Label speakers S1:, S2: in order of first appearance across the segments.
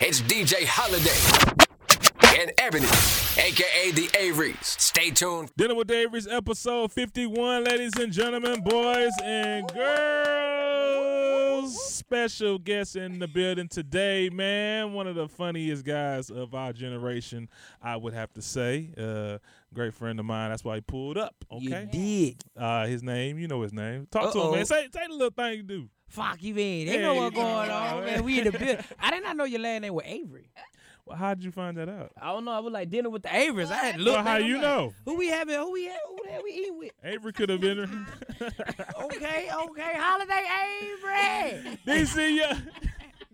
S1: It's DJ Holiday and Ebony, aka the Aries. Stay tuned.
S2: Dealing with Davies, episode 51, ladies and gentlemen, boys and girls. Special guest in the building today, man. One of the funniest guys of our generation, I would have to say. Uh, great friend of mine. That's why he pulled up.
S3: You
S2: Okay.
S3: did.
S2: Uh, his name, you know his name. Talk to him,
S3: Uh-oh.
S2: man. Say, say the little thing you do.
S3: Fuck you, man. They know
S2: Hey.
S3: what's going on, man. We in the building. I did not know your last name was Avery.
S2: Well, how'd you find that out?
S3: I don't know. I was like dinner with the Averys. I had looked.
S2: Well, how
S3: at them,
S2: you
S3: like,
S2: know?
S3: Who we having? Who we have? Who the hell we eating with?
S2: Avery could have been.
S3: Okay, okay. Holiday Avery.
S2: DC Young.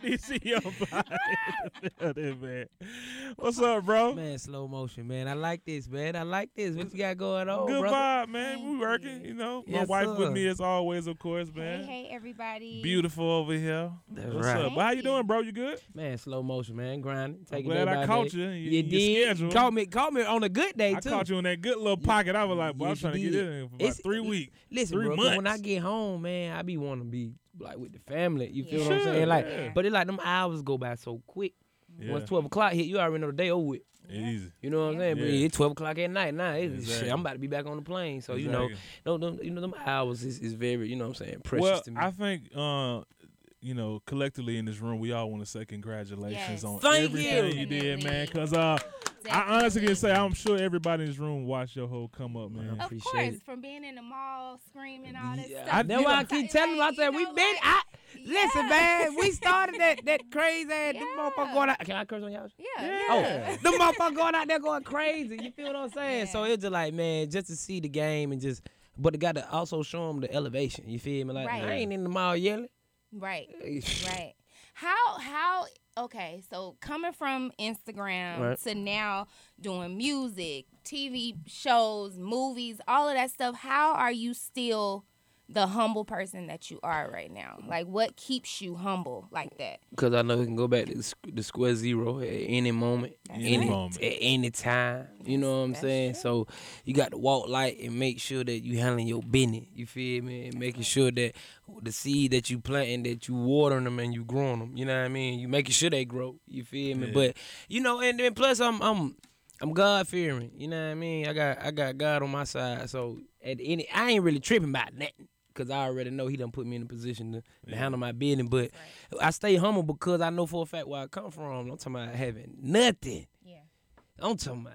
S2: DC Young man. What's up, bro?
S3: man, slow motion, man. I like this, man. I like this. What you got going on,
S2: Good
S3: brother?
S2: vibe, man. We working, you know. My
S3: Yes,
S2: wife with
S3: sir.
S2: me as always, of course, man.
S4: Hey, hey, everybody.
S2: Beautiful over here.
S3: That's
S2: What's
S3: right.
S2: up? But how you
S4: Hey.
S2: doing, bro? You good?
S3: Man, slow motion, man. Grinding.
S2: I'm
S3: Taking
S2: glad
S3: day
S2: I
S3: by
S2: caught
S3: day.
S2: you.
S3: You,
S2: You, you
S3: did.
S2: scheduled.
S3: Caught me. Caught me on a good day
S2: I
S3: too.
S2: caught you in that good little pocket. I was like, boy, I'm
S3: Yes, you
S2: trying to get
S3: did.
S2: in here for about
S3: It's- e-,
S2: three weeks.
S3: Listen,
S2: Three
S3: bro, 'cause when I
S2: months.
S3: get home, man, I be want to be like with the family. You feel what I'm
S2: Sure,
S3: saying? Like,
S2: yeah.
S3: but it's like them hours go by so quick.
S2: Yeah,
S3: Once twelve o'clock hit, you already know the day over with.
S2: easy.
S3: You know what I'm saying? But
S2: Yeah.
S3: it's twelve o'clock at night now. It's,
S2: Exactly.
S3: shit, I'm about to be back on the plane, so you
S2: Exactly.
S3: know, no, them, you know, them hours is, is very, you know, what I'm saying, precious
S2: well,
S3: to me.
S2: I think, uh, you know, collectively in this room, we all want to say congratulations
S4: Yes.
S2: on
S3: Thank
S2: everything
S3: you.
S2: you, did, man.
S4: Definitely.
S2: Because uh, I honestly can
S4: Definitely.
S2: say I'm sure everybody in this room watched your whole come up, man.
S3: Well,
S4: Of
S3: appreciate
S4: course,
S3: it.
S4: from being in the mall, screaming all that
S3: Yeah,
S4: stuff.
S2: I-
S3: that's
S2: you
S3: why I
S2: know-
S3: keep telling them. I
S4: Like,
S3: said
S4: you
S3: we
S4: know,
S3: been.
S4: like-
S3: I listen,
S4: Yeah.
S3: man. We started that that crazy ass. Them
S4: Yeah.
S3: motherfucker going out. Can I curse on y'all?
S4: Yeah,
S3: Oh,
S4: yeah.
S3: the motherfucker going out there going crazy. You feel what I'm saying?
S4: Yeah.
S3: So it's just like, man, just to see the game and just, but it got to also show them the elevation. You feel me? Like
S4: Right.
S3: I ain't in the mall yelling.
S2: Oh.
S4: Right, right. How how okay, so coming from Instagram
S3: Right.
S4: to now doing music, TV shows, movies, all of that stuff, how are you still the humble person that you are right now? Like what keeps you humble like that?
S3: Cause I know he can go back to the squ- the square zero at any moment,
S4: That's
S3: any
S4: right.
S2: Moment.
S3: at any time. You know what I'm
S4: That's
S3: saying?
S4: true.
S3: So you got to walk light and make sure that you handling your business. You feel me? And making sure that the seed that you planting, that you watering them and you growing them. You know what I mean? You making sure they grow. You feel me?
S2: Yeah.
S3: But you know, and then plus I'm I'm I'm God fearing. You know what I mean? I got I got God on my side. So at any, I ain't really tripping about nothing. Cause I already know he done put me in a position to, to handle my business, but I stay humble because I know for a fact where I come from. I'm talking about having nothing.
S4: Yeah.
S3: I'm talking about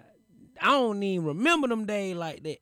S3: I don't even remember them days like that.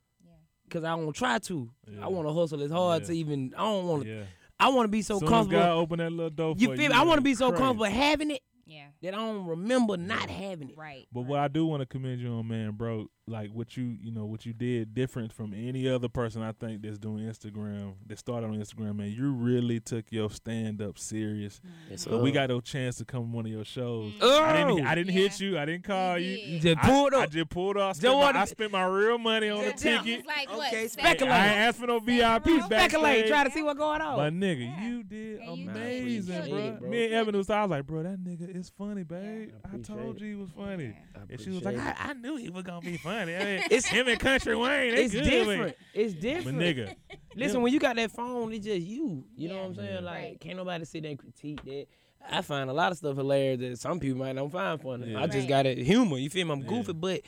S3: Cause I don't try to.
S2: Yeah.
S3: I want to hustle as hard
S2: Yeah.
S3: to even. I don't want to.
S2: Yeah.
S3: I want to be so
S2: Soon as God
S3: comfortable.
S2: open that little door
S3: You
S2: for
S3: feel
S2: you.
S3: me? I want to
S2: it's
S3: be so
S2: crazy.
S3: comfortable having it
S4: Yeah.
S3: that I don't remember not having it.
S4: Right.
S2: But what I do want to commend you on, man, bro, like what you, you know, what you did different from any other person I think that's doing Instagram, that started on Instagram, man. You really took your stand up serious.
S4: Mm.
S2: But we got no chance to come to one of your shows.
S3: Oh,
S2: I didn't, I didn't hit
S4: Yeah.
S2: you. I didn't call
S4: You
S2: you.
S4: did.
S3: you just
S2: I-
S3: pulled
S2: I,
S3: up.
S2: just pulled up. I spent,
S3: Don't
S2: my,
S3: wanna-
S2: I spent my real money on the
S4: Good job.
S2: ticket.
S4: It's like, what,
S3: Okay,
S4: seven-
S2: I ain't asked for no VIP
S4: Speculate.
S3: Speculate.
S2: backstage.
S3: Try to see what's going
S2: My
S3: on.
S2: nigga,
S4: Oh, Yeah.
S2: you did
S4: And you did.
S2: amazing,
S4: I
S2: bro.
S3: appreciate it, bro.
S2: Me and Evan was, I was like, bro, that nigga is funny, babe.
S3: I
S2: I,
S3: appreciate
S2: told
S3: it.
S2: you he was funny.
S4: Yeah.
S2: And she was like,
S3: Appreciate
S2: I, I knew he was gonna be funny. I mean,
S3: It's-
S2: him and Country Wayne. They
S3: it's
S2: good
S3: different.
S2: With.
S3: It's
S2: But
S3: different.
S2: nigga,
S3: Listen,
S2: Yeah.
S3: when you got that phone, it's just you. You know
S4: Yeah.
S3: what I'm saying?
S2: Yeah.
S3: Like,
S4: Right.
S3: can't nobody sit there and critique that. I find a lot of stuff hilarious that some people might not find funny.
S2: Yeah.
S3: I just
S4: Right.
S3: got a humor. You feel me? I'm
S2: Yeah.
S3: goofy, but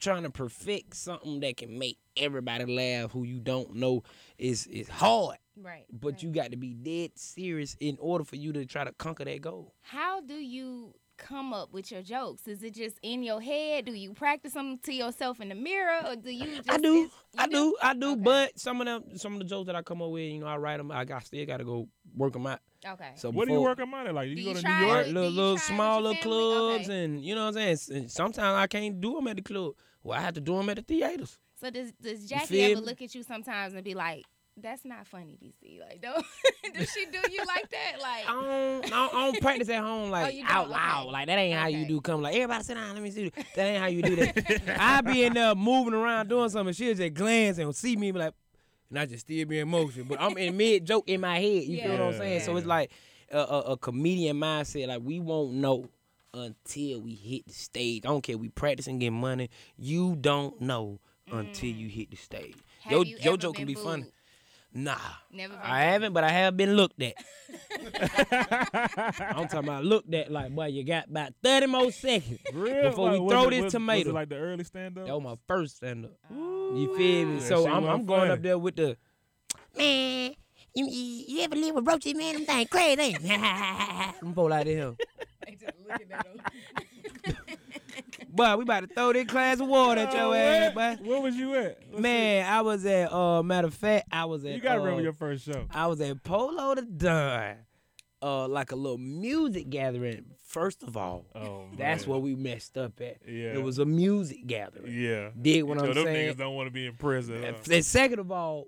S3: trying to perfect something that can make everybody laugh who you don't know is is hard.
S4: Right.
S3: But you got to be dead serious in order for you to try to conquer that goal.
S4: How do you come up with your jokes? Is it just in your head? Do you practice them to yourself in the mirror, or do you? Just
S3: I do,
S4: it's- you
S3: I do, I do.
S4: Okay.
S3: But some of them, some of the jokes that I come up with, you know, I write them. I, got still got to go work them out.
S4: Okay.
S3: So
S2: what do you
S3: before-
S2: work on money like? You,
S4: Do
S2: go
S4: you
S2: to
S4: try
S2: New York.
S4: it?
S3: little,
S4: Do you
S3: little
S4: try
S3: small little
S4: with your family?
S3: clubs,
S4: Okay.
S3: and you know what I'm saying. And sometimes I can't do them at the club. Well, I have to do them at the theaters.
S4: so does does
S3: feel
S4: Jackie ever
S3: me?
S4: look at you sometimes and be like, "That's not funny, DC." Like, don't does she do you like that? Like, Oh,
S3: I don't, I don't, I don't practice at home like
S4: you don't?
S3: out
S4: Okay.
S3: loud. Like that ain't how you
S4: Okay.
S3: do. Come like everybody sit down. Let me see. That ain't how you do that. I be in there moving around doing something. She'll just glance and see me be like, and I just still be in motion. But I'm in mid joke in my head. You feel what I'm
S2: Yeah.
S3: saying? So it's
S2: Yeah.
S3: like a, a, a comedian mindset. Like we won't know until we hit the stage. I don't care. We practicing get money. You don't know until you hit the stage.
S4: Mm. have
S3: your
S4: you
S3: your
S4: ever
S3: joke can
S4: been
S3: be funny.
S4: booed?
S3: Nah.
S4: Never been
S3: I haven't, but I have been looked at. I'm talking about looked at like, boy, you got about 30 more seconds
S2: Real?
S3: before
S2: Like,
S3: we
S2: was
S3: throw
S2: it-
S3: this
S2: was-
S3: tomato.
S2: Was it like the early stand up?
S3: that was my first stand up. You feel me?
S2: That
S3: So
S2: shit
S3: I'm, I'm
S2: wasn't
S3: going up
S2: funny.
S3: there with the
S5: Man, you, you, you ever live with roaches, man? I'm thinking crazy. ain't it?
S3: I'm pull out of him.
S4: looking at him.
S3: Boy, we about to throw this glass of water at your ass, boy.
S2: Oh, Where was you at? Let's
S3: Man, I was at uh matter of fact, I was
S2: see.
S3: at
S2: you gotta
S3: uh,
S2: remember your first show.
S3: I was at Polo the Don. Uh like a little music gathering. First of all,
S2: Oh, man.
S3: that's where we messed up at.
S2: Yeah.
S3: It was a music gathering.
S2: Yeah.
S3: Dig what
S2: you know,
S3: I'm
S2: them
S3: saying?
S2: niggas don't want to be in prison. huh?
S3: And second of all,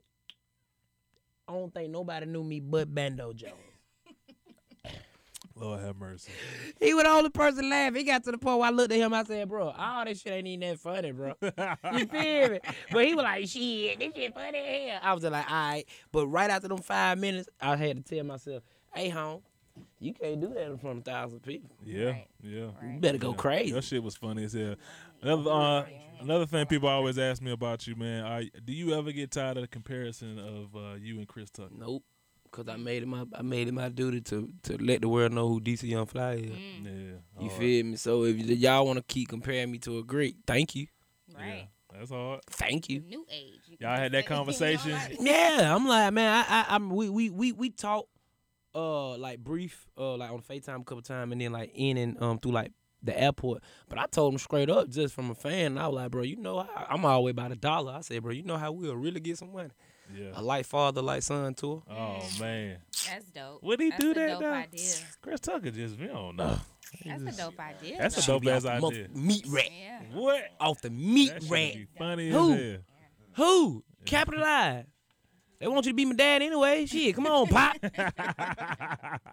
S3: I don't think nobody knew me but Bando Jones.
S2: Lord have mercy.
S3: He was the only person laughing. He got to the point where I looked at him. I said, "Bro, all this shit ain't even that funny, bro." You feel me? But he was like, "Shit, this shit funny as hell." I was just like, "All right," but right after them five minutes, I had to tell myself, "Hey, home, you can't do that in front of thousand people.
S2: Yeah,
S4: Right.
S2: yeah.
S3: You better go crazy."
S2: Your shit was funny as hell. Another uh, another thing people always ask me about you, man. Are, do you ever get tired of the comparison of uh, you and Chris Tucker?
S3: Nope, cause I made it my I made it my duty to to let the world know who DC Young Fly is.
S4: Mm-hmm.
S2: Yeah. Oh,
S3: You
S2: hard.
S3: feel me? So if y- y'all want to keep comparing me to a Greek, thank you,
S4: Right.
S2: Yeah, that's hard.
S3: thank you.
S4: New age. You
S2: Y'all had that conversation?
S3: Yeah, I'm like, man, I, I, I'm we, we, we, we talk, uh, like brief, uh, like on Facetime a couple times, and then like in and um through like the airport. But I told him straight up, just from a fan, and I was like, bro, you know, I, I'm always about a dollar. I said, bro, you know how we'll really get some money.
S2: Yeah.
S3: A like father, like son tour.
S2: Oh man,
S4: That's dope.
S2: would he
S4: That's
S2: do
S4: a
S2: that
S4: dope
S2: though?
S4: idea.
S2: Chris Tucker just we don't know. He
S4: That's
S2: just-
S4: a dope idea.
S2: That's a
S4: though.
S2: dope ass
S3: Off the
S2: idea.
S3: meat rack,
S4: Yeah.
S2: What?
S3: off the meat
S2: That
S3: rack.
S2: should be funny
S3: Who?
S2: as hell.
S3: Who? Capitalize. They want you to be my dad anyway. Shit, come on, pop.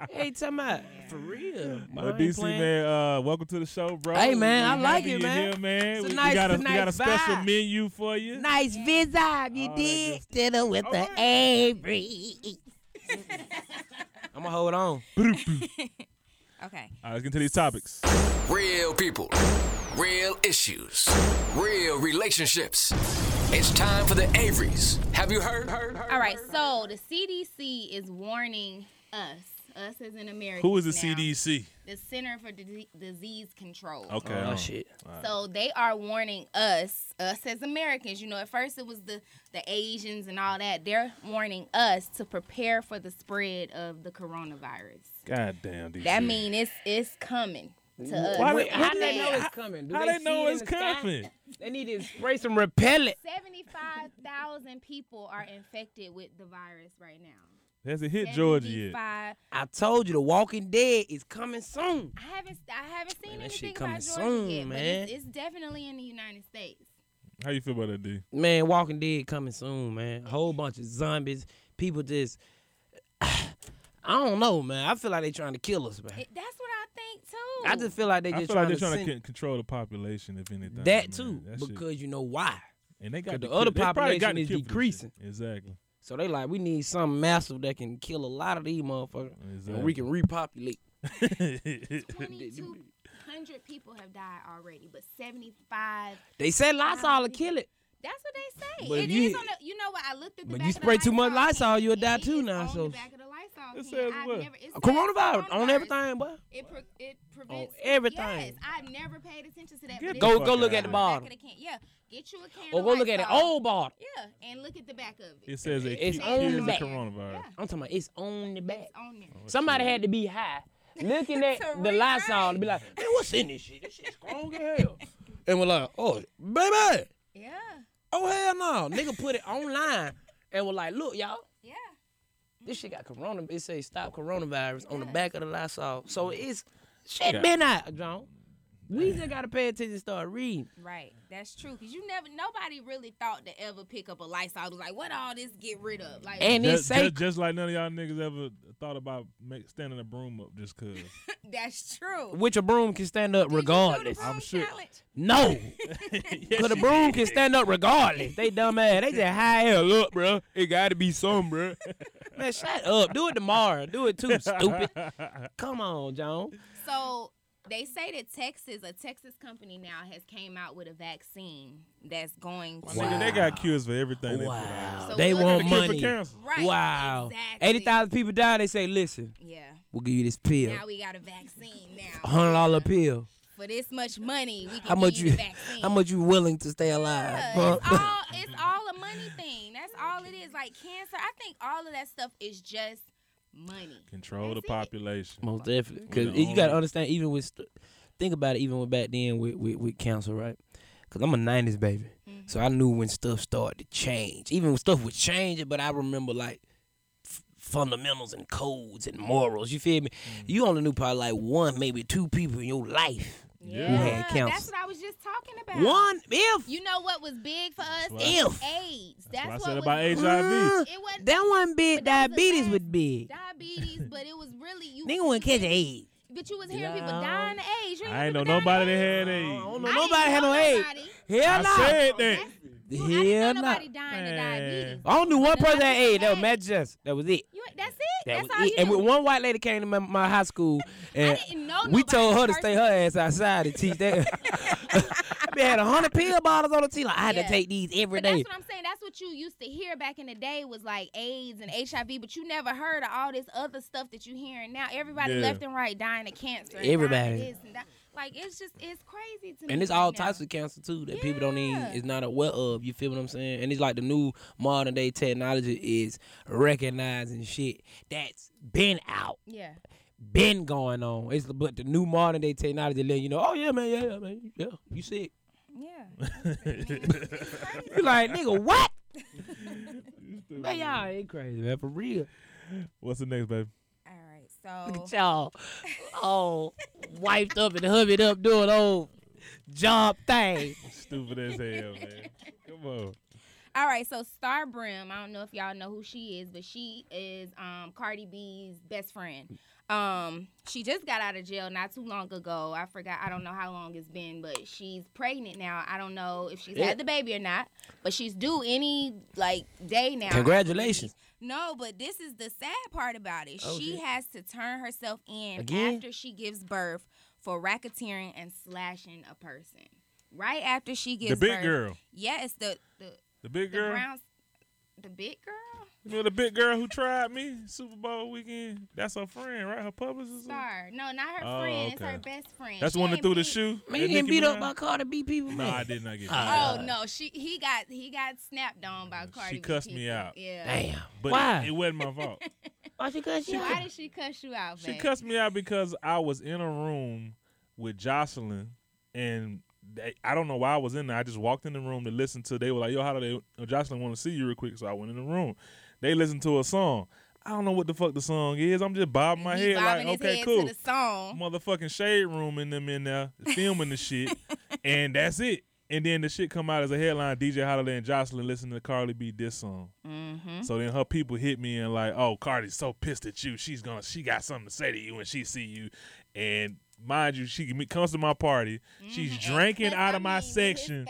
S3: hey, talking about for real. bro, I
S2: But
S3: ain't
S2: DC
S3: playing.
S2: man, uh, welcome to the show, bro.
S3: Hey, man, I
S2: We
S3: like
S2: happy
S3: it,
S2: you're
S3: man.
S2: Here, man.
S3: It's a
S2: we, we
S3: nice-
S2: got a,
S3: it's a
S2: we got a
S3: nice
S2: special
S3: vibe.
S2: menu for you.
S5: nice vibe, you
S2: All that
S5: did.
S2: good
S5: Still up with the Avery.
S3: I'ma hold on.
S4: Okay.
S2: All right, let's get into these topics.
S1: Real people, real issues, real relationships. It's time for the Averys. Have you heard? heard, heard
S4: All right. So the CDC is warning us, us as in America.
S2: Who is the CDC?
S4: The Center for Dise- Disease Control.
S2: Okay.
S3: Oh,
S2: um,
S3: shit.
S4: So they are warning us, us as Americans. You know, at first it was the the Asians and all that. They're warning us to prepare for the spread of the coronavirus.
S2: God damn, DC.
S4: That mean it's it's coming to us.
S2: Why
S3: Wait,
S2: they-
S3: how
S2: what
S3: do they
S2: they-
S3: know it's coming? Do
S2: how they
S3: see
S2: know
S3: it in
S2: it's
S3: the sky?
S2: coming?
S3: They need to spray some repellent.
S4: Seventy-five thousand people are infected with the virus right now.
S2: Has it hit Georgia yet?
S4: 75
S3: I told you, The Walking Dead is coming soon.
S4: I haven't I haven't seen
S3: Man, that
S4: anything
S3: shit
S4: about Georgia
S3: coming soon,
S4: yet,
S3: man.
S4: but it's, it's definitely in the United States.
S2: How you feel about that, D?
S3: Man, Walking Dead coming soon, man. A whole bunch of zombies. People just, I don't know, man. I feel like they trying to kill us, man.
S4: It- that's what I think too.
S3: I just feel like they
S2: I
S3: just
S2: feel
S3: trying
S2: like they're
S3: to
S2: trying to c-
S3: send-
S2: control the population, if anything. man.
S3: that too,
S2: That shit-
S3: because you know why.
S2: and they got
S3: the
S2: to kill-
S3: other
S2: they probably got
S3: population
S2: to
S3: is
S2: kill for this shit.
S3: decreasing.
S2: Exactly.
S3: So they like, we need something massive that can kill a lot of these motherfuckers, and
S2: Exactly.
S3: we can repopulate.
S4: twenty-two hundred people have died already, but seventy-five.
S3: They said Lysol will kill it.
S4: That's what they say.
S3: But
S4: It
S3: you-
S4: is on the. You know what? I looked at the.
S3: but
S4: back
S3: you
S4: of the
S3: spray too much Lysol,
S4: can,
S3: you'll
S4: and
S3: die
S4: it
S3: too
S4: is
S3: now,
S4: on
S3: so-
S4: The back of the Lysol
S2: It
S4: can.
S2: says
S4: I've
S2: what?
S4: Never, it says
S3: Coronavirus on
S4: coronavirus.
S3: everything, boy.
S4: It pre- it prevents
S3: everything.
S4: Yes, I've never paid attention to that.
S2: Get
S4: but
S2: the
S4: it
S3: Go
S4: says
S3: go
S2: fuck
S3: look
S2: outta
S3: at the
S2: here.
S4: back
S3: bottle,
S4: of the can. Yeah, get you a can.
S3: or
S4: of
S3: go look at Oh, the
S4: Lysol.
S3: old bottle.
S4: Yeah, and look at the back of it.
S2: It says it
S3: It's
S2: keep-
S3: on
S2: cures the
S3: that.
S2: coronavirus.
S4: Yeah.
S3: I'm talking about it's on the back.
S4: It's on there.
S3: Somebody had to be high, looking at
S4: To
S3: the
S4: rewrite.
S3: Lysol to be like, man, what's in this shit? This shit's strong as hell. And we're like, oh, baby,
S4: Yeah,
S3: oh hell no, nigga put it online, and we're like, look, y'all.
S4: yeah.
S3: This shit got corona. It say stop coronavirus on the back of the Lysol. So it's
S2: Yeah.
S3: shit been out, John. We just gotta pay attention and start reading.
S4: Right, that's true. Cause you never, nobody really thought to ever pick up a Lysol. It was like, what all this get rid of? Like,
S3: And it
S2: Just,
S3: say
S2: just, just like none of y'all niggas ever thought about make, standing a broom up just cause.
S4: that's true.
S3: which a broom can stand up regardless.
S2: I'm sure-
S3: No. Cause a broom can stand up regardless. They dumb ass. They just high hell up, bro. It gotta be some, bro. Man, shut up. Do it tomorrow. Do it too, stupid. Come on, John.
S4: So They say that Texas, a Texas company now, has came out with a vaccine that's going to.
S2: Nigga, they got cures for everything.
S3: Wow.
S4: So
S3: they
S2: They put out.
S3: want
S4: look- The
S2: The cure
S3: money.
S2: for cancer.
S4: Right.
S3: wow.
S4: Exactly.
S3: 80,000 people die. They say, listen,
S4: Yeah.
S3: we'll give you this pill.
S4: Now we got a vaccine now.
S3: $100 pill.
S4: For this much money, we can
S3: How much
S4: give
S3: you
S4: the vaccine.
S3: how much you willing to stay alive?
S4: Yeah,
S3: huh?
S4: it's all it's all a money thing. That's all it is. Like cancer, I think all of that stuff is just money.
S2: Control the
S4: That's it.
S2: population.
S3: Most definitely,
S2: We
S3: because
S2: the
S3: you gotta
S2: only-
S3: understand. Even with, st- think about it. Even with back then with with, with council, right? Because I'm a '90s baby,
S4: Mm-hmm.
S3: so I knew when stuff started to change. Even when stuff was changing, but I remember like f- fundamentals and codes and morals. You feel me?
S4: Mm-hmm.
S3: You only knew probably like one, maybe two people in your life.
S2: Yeah.
S3: Who had
S4: that's
S3: cancer?
S4: what I was just talking about.
S3: One if
S4: You know what was big for us?
S2: what
S3: I-
S4: It's AIDS. That's,
S2: That's what I
S4: what,
S2: said
S4: was
S2: about
S4: big.
S2: HIV.
S4: It wasn't
S3: that one big
S4: But that was the
S3: diabetes
S4: last-
S3: would be.
S4: diabetes, but it was really you.
S3: Nigga wouldn't catch AIDS.
S4: But you was hearing people
S3: No.
S4: dying of AIDS. You
S2: I ain't know
S4: hear people dying
S2: nobody
S4: of
S2: that
S4: AIDS?
S2: had
S3: I don't
S2: AIDS.
S3: know
S4: I
S3: nobody
S4: ain't
S3: had no
S4: know
S3: AIDS.
S4: nobody.
S3: Hell
S2: I
S3: no.
S2: said that.
S4: You- I didn't
S3: Hell
S4: know
S3: no.
S4: nobody dying of
S2: Man.
S4: diabetes.
S3: I only knew one
S4: But
S3: person had
S4: nobody
S3: AIDS. That was
S4: had-
S3: Matt Justice. That was it.
S4: You, that's it.
S3: That
S4: that's
S3: was
S4: all
S3: it.
S4: you
S3: And
S4: knew.
S3: when one white lady came to my, my high school, and
S4: didn't know
S3: we told her
S4: nobody
S3: to stay her ass outside and teach that. I been had a hundred pill bottles on the tea. Like I had
S4: Yeah.
S3: to take these every
S4: But
S3: day.
S4: that's what I'm saying. That's what you used to hear back in the day was like AIDS and HIV, but you never heard of all this other stuff that you hearing now. Everybody
S2: Yeah.
S4: left and right dying of cancer. and
S3: Everybody.
S4: dying of this and that. Like it's just it's crazy to me.
S3: And it's
S4: right
S3: all
S4: now.
S3: types of cancer too that people don't even
S4: Yeah.
S3: is not aware of. You feel what I'm saying? And it's like the new modern day technology is recognizing shit that's been out,
S4: yeah.
S3: been going on. It's but the new modern day technology letting you know, oh yeah man, yeah, yeah man, yeah, you sick.
S4: Yeah.
S3: You like nigga what? man, y'all ain't crazy man for real.
S2: What's the next, baby?
S4: All right.
S3: Look
S4: So
S3: at y'all all wiped up and hubbied up doing old job thing.
S2: Stupid as hell, man. Come on.
S4: all right, so Star Brim, I don't know if y'all know who she is, but she is um Cardi B's best friend. Um, she just got out of jail not too long ago. I forgot I don't know how long it's been, but she's pregnant now. I don't know if she's
S3: Yeah.
S4: had the baby or not, but she's due any like day now.
S3: Congratulations.
S4: No, but this is the sad part about it.
S3: Oh,
S4: she
S3: shit.
S4: has to turn herself in
S3: Again?
S4: after she gives birth for racketeering and slashing a person. Right after she gives
S2: The big
S4: birth.
S2: girl.
S4: Yes, the the,
S2: The big
S4: the
S2: girl.
S4: Browns the big girl?
S2: You know the big girl who tried me Super Bowl weekend. That's her friend, right? Her publicist.
S4: Star. No, not her
S2: Oh,
S4: friend. It's
S2: okay.
S4: her best friend.
S2: That's the
S4: She
S2: one that
S4: ain't
S2: threw the
S4: beat-
S2: shoe.
S3: Man,
S2: at
S3: you getting
S2: Nicki
S3: beat up
S2: Minaj?
S3: by Cardi B people,
S2: No,
S3: man.
S2: I did not get beat
S3: Ah.
S2: up.
S4: Oh no, she he got he got snapped on by Cardi. B
S2: cussed me
S4: people.
S2: out.
S4: Yeah.
S3: Damn.
S2: But
S3: Why?
S2: it wasn't my fault.
S5: Why she cuss you?
S4: Why did she cuss you out,
S2: She
S4: babe?
S2: cussed me out because I was in a room with Jocelyn, and they, I don't know why I was in there. I just walked in the room to listen to. They were like, "Yo, how do they?" oh, Jocelyn want to see you real quick, so I went in the room. They listened to a song. I don't know what the fuck the song is. I'm just bobbing my
S4: He
S2: head like,
S4: bobbing his
S2: "Okay,
S4: head
S2: cool."
S4: To the song.
S2: Motherfucking shade room in them in there filming the shit, and that's it. And then the shit come out as a headline: DJ Holiday and Jocelyn listen to Carly B diss song.
S4: Mm-hmm.
S2: So then her people hit me and like, oh, Cardi's so pissed at you. She's gonna, she got something to say to you when she see you. And mind you, she me- comes to my party. She's
S4: Mm-hmm.
S2: drinking out of my section.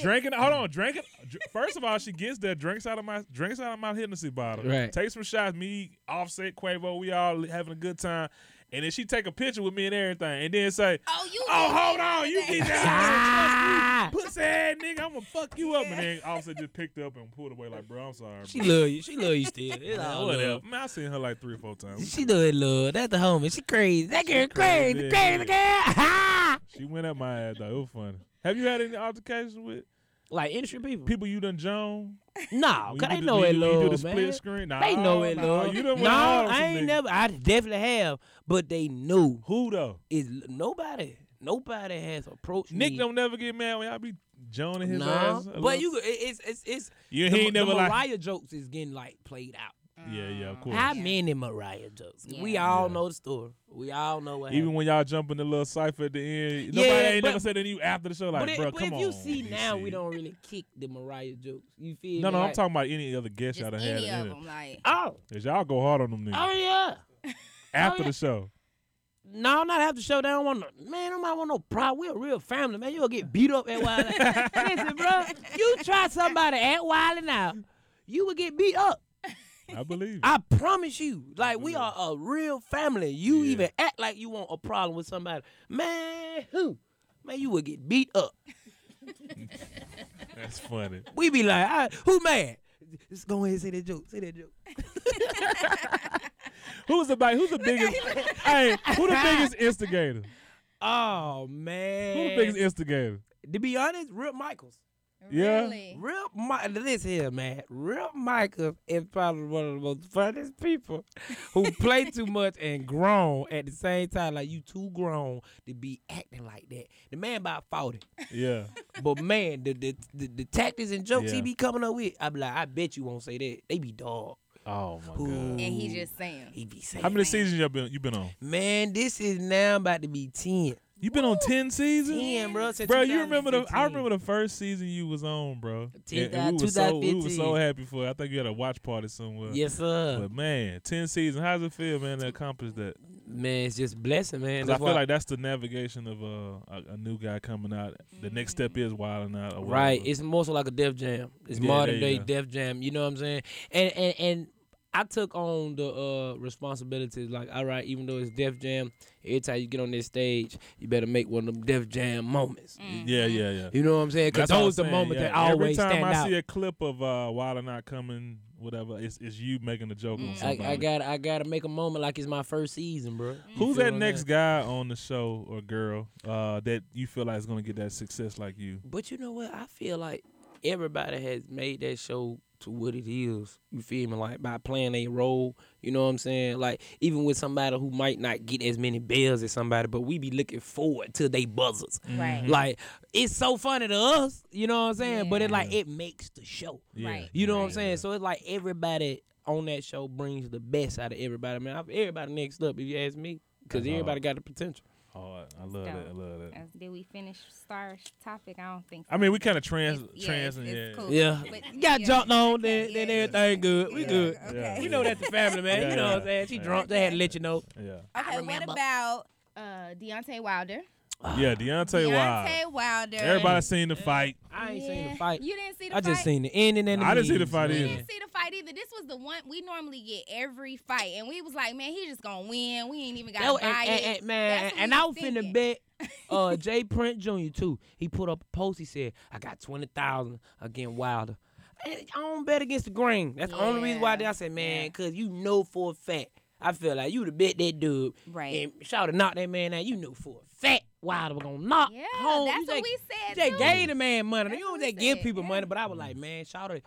S2: Drinking, hold on, drinking. dr- First of all, she gets there, drinks out of my, drinks out of my Hennessy bottle.
S3: Right.
S2: Takes some shots. Me, Offset, Quavo, we all having a good time. And then she take a picture with me and everything, and then say,
S4: Oh, you.
S2: "Oh,
S4: did
S2: hold
S4: that
S2: on, you
S4: today.
S2: get
S3: Ah,
S2: that pussy ass nigga, I'm gonna fuck you up." And then Offset just picked up and pulled away like, "Bro, I'm sorry."
S3: She
S2: bro."
S3: love you. She love you still. It's
S2: Man,
S3: all
S2: whatever.
S3: love.
S2: Man, I seen her like three or four times.
S3: She love love. That's the homie. She crazy. That girl
S2: crazy,
S3: crazy. Crazy girl.
S2: She went up my ass though. It was funny. Have you had any altercations with
S3: like industry people.
S2: people you done Joan?
S3: Nah,
S2: When
S3: cause
S2: you
S3: they
S2: do
S3: Oh, know
S2: the,
S3: it
S2: you, You do the
S3: love,
S2: split
S3: man.
S2: screen. Nah,
S3: They know it
S2: nah,
S3: love.
S2: You done went
S3: Nah,
S2: hard with
S3: I
S2: some
S3: ain't
S2: niggas.
S3: never. I definitely have, but they know
S2: Who though?
S3: is nobody. Nobody has approached
S2: Nick
S3: me.
S2: don't never get mad when y'all be joning his
S3: Nah,
S2: ass. a
S3: but
S2: little.
S3: you, it- it's it's it's.
S2: You
S3: the,
S2: ain't
S3: the
S2: never
S3: Mariah
S2: like.
S3: jokes is getting like played out.
S4: Mm.
S2: Yeah, yeah, of course.
S3: How many Mariah jokes? We
S4: Yeah.
S3: all
S2: Yeah.
S3: know the story. We all know what
S2: Even
S3: happened.
S2: when y'all jump in the little cipher at the end,
S3: Yeah,
S2: nobody ain't
S3: but-
S2: never said anything after the show. Like,
S3: but it-
S2: bro,
S3: but
S2: come
S3: if you
S2: on,
S3: see
S2: you
S3: now, we
S2: see.
S3: don't really kick the Mariah jokes. You feel
S2: No,
S3: me?
S2: no, I'm
S3: Like,
S2: talking about any other guest y'all
S4: Just
S2: done had.
S4: any
S2: in
S4: of
S2: it. Uh,
S4: them, like.
S3: Oh,
S2: Cause y'all go hard on them
S3: oh
S2: niggas
S3: yeah.
S2: after
S3: yeah.
S2: the show.
S3: No, not have to show down. Want no, man? Nobody want no problem. We're a real family, man. You'll get beat up at Wiley. Listen, bro, you try somebody at Wiley now, you will get beat up.
S2: I believe. it.
S3: I promise you, like we are a real family. You
S2: Mm-hmm. Yeah.
S3: even act like you want a problem with somebody, man. Who, man, you would get beat up.
S2: That's funny.
S3: We be like, I, who mad? Just go ahead and say that joke. Say that joke.
S2: Who's the big, who's the biggest? hey, who the biggest instigator?
S3: Oh
S2: Who the
S3: man.
S2: biggest instigator?
S3: to be honest, Rip Michaels.
S2: Yeah.
S4: Really?
S3: Real Mike, this here man, Real Michael is probably one of the most funniest people who play too much and grown at the same time. Like you too grown to be acting like that. The man about forty,
S2: Yeah.
S3: but man, the the, the, the tactics and jokes
S2: Yeah.
S3: he be coming up with, I be like, I bet you won't say that. They be dog.
S2: Oh my
S3: Ooh,
S2: god.
S4: And he just saying.
S3: he be saying,
S2: How many seasons you been you been on?
S3: man, this is now about to be ten.
S2: You been on ten seasons?
S3: Ten, bro. since
S2: Bro, you remember the? I
S3: 2015.
S2: remember the first season you was on, bro.
S3: Two
S2: And- and we were so we were
S3: 2015.
S2: so happy for. It. I think you had a watch party somewhere.
S3: Yes, sir.
S2: But man, ten seasons. How does it feel, man, to accomplish that?
S3: Man, it's just blessing, man.
S2: Because I
S3: That's
S2: feel
S3: why-
S2: like that's the navigation of uh, a, a new guy coming out. The next step is wilding out. Or whatever.
S3: Mm. Right. It's more so like a Def Jam. It's
S2: Yeah, there
S3: modern day
S2: you go.
S3: Def Jam. You know what I'm saying? And and and I took on the uh responsibilities. Like, all right, even though it's Def Jam, every time you get on this stage, you better make one of them Def Jam moments.
S2: yeah, yeah, yeah.
S3: You know what I'm saying? Because
S2: That's what I'm
S3: those the
S2: saying,
S3: moments
S2: yeah.
S3: that always
S2: Every time
S3: stand
S2: I
S3: out.
S2: see a clip of uh, Wild and Out coming, whatever, it's, it's you making a joke on
S3: I,
S2: somebody.
S3: I got I gotta make a moment like it's my first season, bro. You
S2: Who's
S3: feel
S2: that
S3: what
S2: next
S3: I'm saying?
S2: guy on the show or girl uh, that you feel like is going to get that success like you?
S3: But you know what? I feel like everybody has made that show to what it is. You feel me? Like by playing a role. You know what I'm saying? Like even with somebody who might not get as many bells as somebody, but we be looking forward to they buzzers.
S2: Mm-hmm.
S4: Right.
S3: Like it's so funny to us. You know what I'm saying? But it like it makes the show.
S2: Yeah.
S4: Right.
S3: You know what I'm saying? So it's like everybody on that show brings the best out of everybody. Man, I- everybody next up if you ask me, because
S2: That's hard.
S3: everybody got the potential.
S2: Hard. Oh, I love that. I love that.
S4: As- Did we finish Star topic? I don't think so.
S2: I mean, we kind of trans,
S4: It's- yeah,
S2: trans,
S4: it's-
S2: yeah.
S4: it's cool.
S3: Yeah.
S4: But-
S3: You got
S4: yeah.
S3: jumped on, then, then
S4: Yeah.
S3: everything good. We
S4: Yeah.
S3: good.
S2: Okay.
S3: You know that's the family, man.
S2: Yeah,
S3: you know
S2: yeah.
S3: what I'm saying? She
S2: Yeah.
S3: drunk. They had to let you know.
S2: Yeah,
S4: Okay, what
S5: remember.
S4: about uh, Deontay Wilder?
S2: yeah. Deontay Wilde.
S4: Deontay Wilder.
S2: Everybody seen the fight.
S3: I ain't seen
S4: Yeah.
S3: the fight.
S4: You didn't see the
S3: I
S4: fight?
S3: just seen the ending and the
S2: I didn't see the
S3: memes,
S2: fight
S4: We
S3: man.
S2: either.
S4: didn't see the fight either. This was the one we normally get every fight, and we was like, man, he just gonna win. We ain't even
S3: That
S4: got
S3: was,
S4: to buy
S3: and,
S4: it.
S3: and- and- man,
S4: That's what
S3: and
S4: we
S3: I
S4: was
S3: was finna
S4: thinking.
S3: bet uh, Jay Print Jr. too. He put up a post. He said, "I got twenty thousand against Wilder." I I don't bet against the grain. That's the only reason why I did. I said, "Man,
S4: Yeah.
S3: cause you know for a fact." I feel like you would have bet that dude
S4: Right.
S3: and shout to knock that man out. You knew for a fact Wilder was gonna knock
S4: Yeah,
S3: home.
S4: that's
S3: you
S4: what
S3: just-
S4: we said,
S3: You just
S4: too.
S3: gave the man money.
S4: That's
S3: you
S4: what
S3: don't
S4: we
S3: just give
S4: said,
S3: people
S4: yeah.
S3: money, but I was like, man, shout out.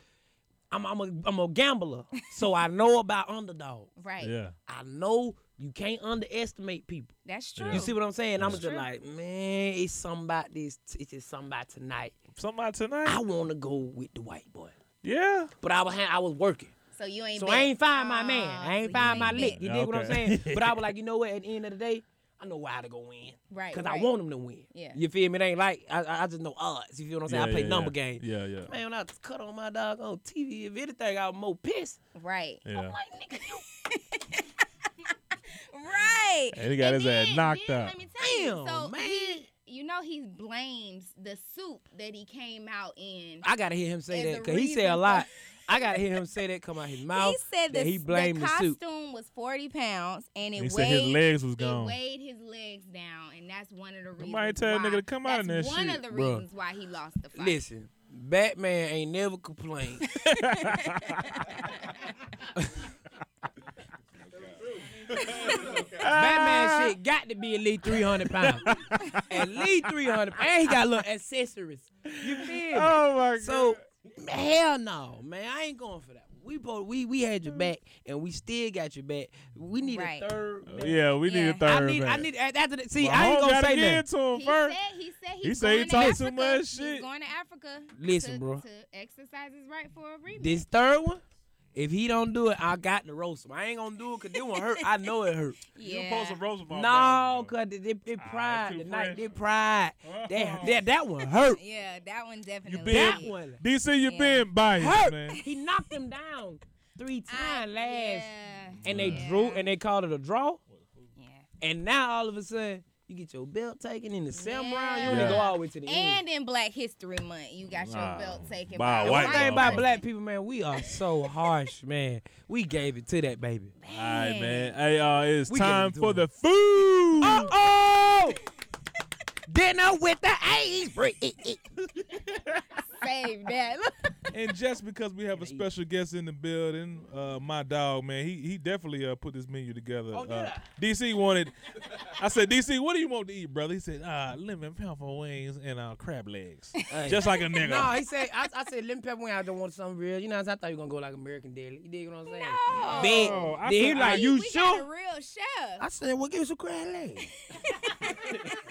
S3: I'm I'm a I'm a gambler, so I know about underdog.
S4: Right.
S2: Yeah.
S3: I know you can't underestimate people.
S4: That's true.
S3: You see what I'm saying? I'm just
S4: True.
S3: like, man, it's somebody. This it's just somebody tonight.
S2: Somebody tonight.
S3: I want to go with the white boy,
S2: Yeah.
S3: but I was ha- I was working,
S4: So you ain't.
S3: so
S4: bet.
S3: I ain't find my man.
S4: Ah,
S3: I ain't
S4: so
S3: find
S4: you
S3: my
S4: ain't
S3: lick.
S4: bet.
S3: You dig what I'm
S2: Okay.
S3: saying? But I was like, you know what? At the end of the day, I know why to go win.
S4: Right,
S3: Cause
S4: right.
S3: I want him to win.
S4: Yeah.
S3: You feel me? It ain't like I- I, I just know odds. You feel what I'm saying?
S2: Yeah,
S3: I play
S2: yeah,
S3: number
S2: yeah.
S3: game.
S2: Yeah, yeah.
S3: Man, when I cut on my dog on TV, if anything, I was more pissed.
S4: Right.
S2: Yeah.
S4: Right.
S2: And he got his ass
S4: then-
S2: knocked
S4: then
S2: out.
S4: Let me tell you.
S3: Damn,
S4: so
S3: man.
S4: He, you know he blames the soup that he came out in.
S3: I gotta hear him say
S4: And
S3: that
S4: the
S3: because he said
S4: reason
S3: a
S4: for-
S3: lot. I gotta hear him say that come out his mouth.
S4: he said
S3: that
S4: the,
S3: he blamed
S4: the
S3: the,
S4: costume
S3: suit.
S4: was 40 pounds and it
S2: He
S4: weighed
S2: said his legs was gone.
S4: It weighed his legs down, and that's one of the reasons.
S2: Somebody tell that
S4: why-
S2: nigga to come out of
S4: that's
S2: that
S4: one
S2: shit,
S4: of the
S3: bruh.
S4: reasons why he lost the fight.
S3: Listen, Batman ain't never complained.
S4: Ah.
S3: Batman shit got to be at least 300 pounds. at least 300 pounds. And he got little accessories. You feel me?
S2: Oh my god.
S3: so, hell no, man. I ain't going for that. We both, we we had your back and we still got your back. We need
S4: Right.
S3: a third. man.
S2: yeah, we need
S4: Yeah.
S2: a third
S3: I need, I
S2: man.
S3: need, after that, see,
S2: Well,
S3: I ain't
S2: Hov
S3: gonna
S2: gotta
S3: say
S2: get
S3: nothing.
S2: to him
S4: He
S2: first.
S4: said he said he's
S2: He said he
S4: going
S2: talked
S4: to
S2: too
S4: Africa.
S2: much
S4: He's
S2: shit.
S4: going to Africa.
S3: Listen,
S4: to,
S3: bruh.
S4: To exercise his right for a reason.
S3: This third one, if he don't do it, I got to roast him. I ain't gonna do it because this one hurt. I know it hurt.
S4: yeah.
S2: Roosevelt.
S3: No, cause they, they, they
S2: too
S3: pride the
S2: fresh.
S3: night. They pride.
S2: Oh.
S3: That, that that one hurt.
S4: Yeah, that one definitely.
S2: been-
S3: That one
S2: DC, you
S4: Yeah.
S2: been biased,
S3: hurt.
S2: man.
S3: He knocked him down three
S4: I-
S3: times last,
S4: Ah, Yeah.
S3: and they
S4: Yeah.
S3: drew and they called it a draw.
S4: yeah.
S3: And now all of a sudden You get your belt taken in the seventh round. You
S4: Yeah.
S3: really go
S2: Yeah.
S3: all the way to the end.
S4: And in Black History Month, you got your
S2: Wow.
S4: belt taken
S2: By
S4: by,
S2: a
S4: a
S2: white
S3: One thing about
S2: motherfucker.
S3: black people, man, we are so harsh, man. We gave it to that baby.
S2: All right, man. Hey, uh, it's
S3: We can
S2: time
S3: do
S2: for
S3: it.
S2: the food.
S3: Oh,
S5: Dinner with the Avery.
S4: Save that.
S2: and just because we have a special guest in the building, uh, my dog, man, he he definitely uh, put this menu together.
S3: Oh, did
S2: uh,
S3: I?
S2: DC wanted. I said, DC, what do you want to eat, brother? He said, uh, lemon pepper wings and uh, crab legs, just like a nigga.
S3: no, he said. I, I said lemon pepper wing. I don't want something real. You know, I thought you were gonna go like American Daily. You dig what I'm saying?
S4: No.
S3: Big.
S2: Oh, I
S3: then he
S2: said,
S3: like,
S2: I-
S3: you
S4: we got a
S3: sure?
S4: real chef.
S5: I said, well, give us a crab leg.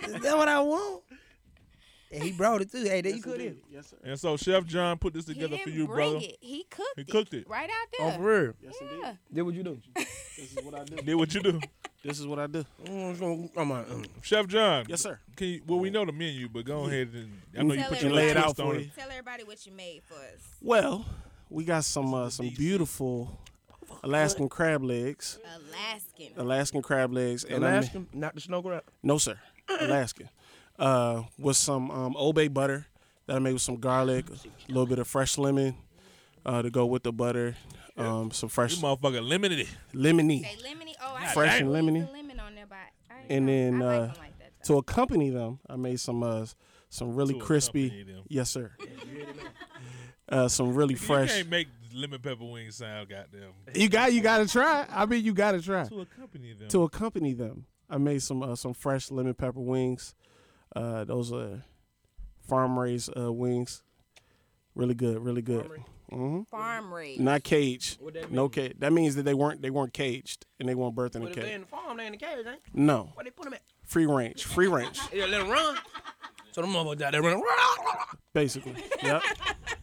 S5: Is that what I want? And he brought it too. Hey, there you could it.
S6: Yes, sir.
S2: and so Chef John put this
S4: He
S2: together
S4: didn't
S2: for you,
S4: bring
S2: brother.
S4: it. He cooked
S2: He
S4: it.
S2: cooked it.
S4: Right
S3: Oh,
S4: out there.
S3: for real.
S6: Yes,
S4: yeah.
S6: indeed.
S3: Then what you do?
S6: This is what I do.
S2: Did what you do,
S6: This is what I do.
S3: Mm, I'm like, mm.
S2: Chef John?
S6: Yes, sir.
S2: Can you, well, we know the menu, but go ahead and I know you
S4: Tell
S2: put your
S4: everybody.
S2: lay
S4: Lay
S2: it
S4: it
S2: out
S6: out
S2: on
S6: for
S2: it.
S6: you.
S4: Tell everybody what you made for us.
S6: Well, we got some uh, some beautiful Alaskan crab legs.
S4: Alaskan.
S6: Alaskan crab legs. And I
S3: Alaska,
S6: ma-
S3: not the snow crab.
S6: no, sir. Alaskan. Uh, with some um, Old Bay butter that I made with some garlic, a little bit of fresh lemon uh, to go with the butter, um, some
S2: You
S6: fresh
S2: motherfucker limited it.
S6: lemony.
S4: They lemony. Oh, I
S6: Fresh
S4: like the
S6: and lemony.
S4: Lemon on there, but I,
S6: And
S4: I-
S6: then,
S4: I like
S6: uh,
S4: them like that, though.
S6: To accompany them, I made some uh, some really
S2: To
S6: crispy.
S2: accompany them.
S6: Yes, sir. Uh, some really
S2: You
S6: fresh.
S2: can't make lemon pepper wings sound goddamn.
S6: You got you got to try. I mean, you got to try.
S2: To accompany them.
S6: to accompany them, I made some uh, some fresh lemon pepper wings. Uh, those are farm raised uh, wings. Really good, really good. hmm
S4: farm raised.
S6: Not caged.
S3: What that
S6: No
S3: mean?
S6: cage. That means that they weren't they weren't caged and they weren't birthed in a
S3: But if they
S6: cage.
S3: in the farm, they in the cage, ain't?
S6: No,
S3: Where they put them at?
S6: free range, free range,
S3: Yeah, let them run. So them motherfuckers out there running.
S6: basically. Yep,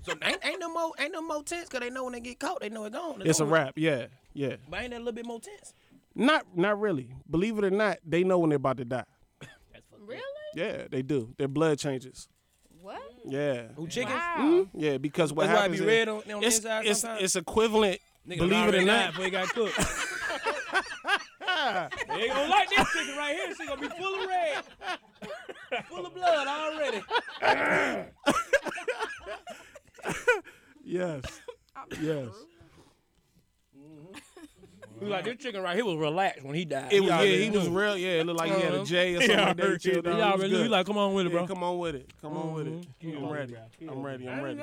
S3: So ain't, ain't no more ain't no more tense because they know when they get caught, they know it's gone.
S6: it's a
S3: over.
S6: wrap. Yeah, yeah.
S3: But ain't that a little bit more tense?
S6: Not not really. Believe it or not, they know when they're about to die.
S4: Really?
S6: Yeah, they do. Their blood changes.
S4: What?
S6: Yeah,
S3: Who chickens?
S4: Wow.
S6: yeah. Because what
S3: That's why it
S6: happens
S3: be
S6: is-
S3: red on- on the
S6: it's,
S3: inside
S6: it's,
S3: sometimes.
S6: it's equivalent.
S3: Nigga
S6: believe it or
S3: already died
S6: not,
S3: before he got cooked. they ain't gonna like this chicken right here. She gonna be full of red, full of blood already.
S6: Yes. yes.
S3: We like this chicken right here was relaxed when he died.
S6: It was, yeah,
S3: already
S6: he was
S3: knew.
S6: real. Yeah, it looked like he had a J or something like that. He chilled
S3: He
S6: out. It was
S3: already knew.
S6: good.
S3: He like, come on with it,
S6: Yeah,
S3: bro. Mm-hmm.
S6: come on with it. Come on with it. I'm ready. I'm ready. I'm ready.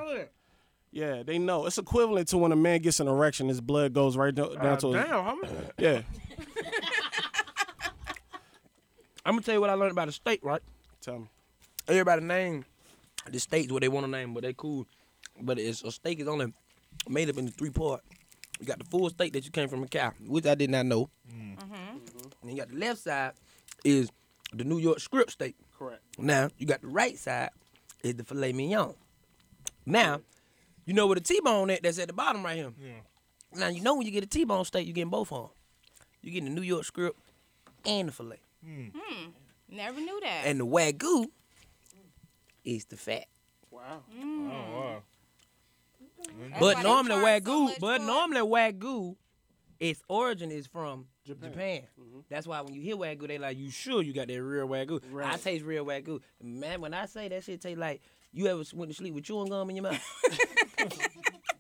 S6: Yeah, they know. It's equivalent to when a man gets an erection, his blood goes right do- down to his.
S3: Uh, Damn, I'm,
S6: Yeah.
S3: I'm gonna tell you what I learned about the state, right?
S6: Tell me.
S3: everybody name the states what they want to name, but they cool. But it's a steak is only made up into three part. You got the full steak that you came from a cow, which I did not know. And you got the left side is the New York strip steak.
S6: Correct.
S3: Now you got the right side is the filet mignon. Now you know where the T-bone at that's at the bottom right here. Now you know when you get a T-bone steak, you getting both of them. You getting the New York strip and the filet.
S4: Never knew that.
S3: And the wagyu is the fat.
S6: Wow.
S2: oh, wow.
S4: That's why
S3: But
S4: they
S3: normally
S4: charge so
S3: wagyu,
S4: much
S3: but
S4: for it.
S3: normally wagyu, its origin is from Japan.
S6: Mm-hmm.
S3: That's why when you hear wagyu, they like you sure you got that real wagyu. I taste real wagyu, man. When I say that shit, taste like you ever went to sleep with chewing gum in your mouth.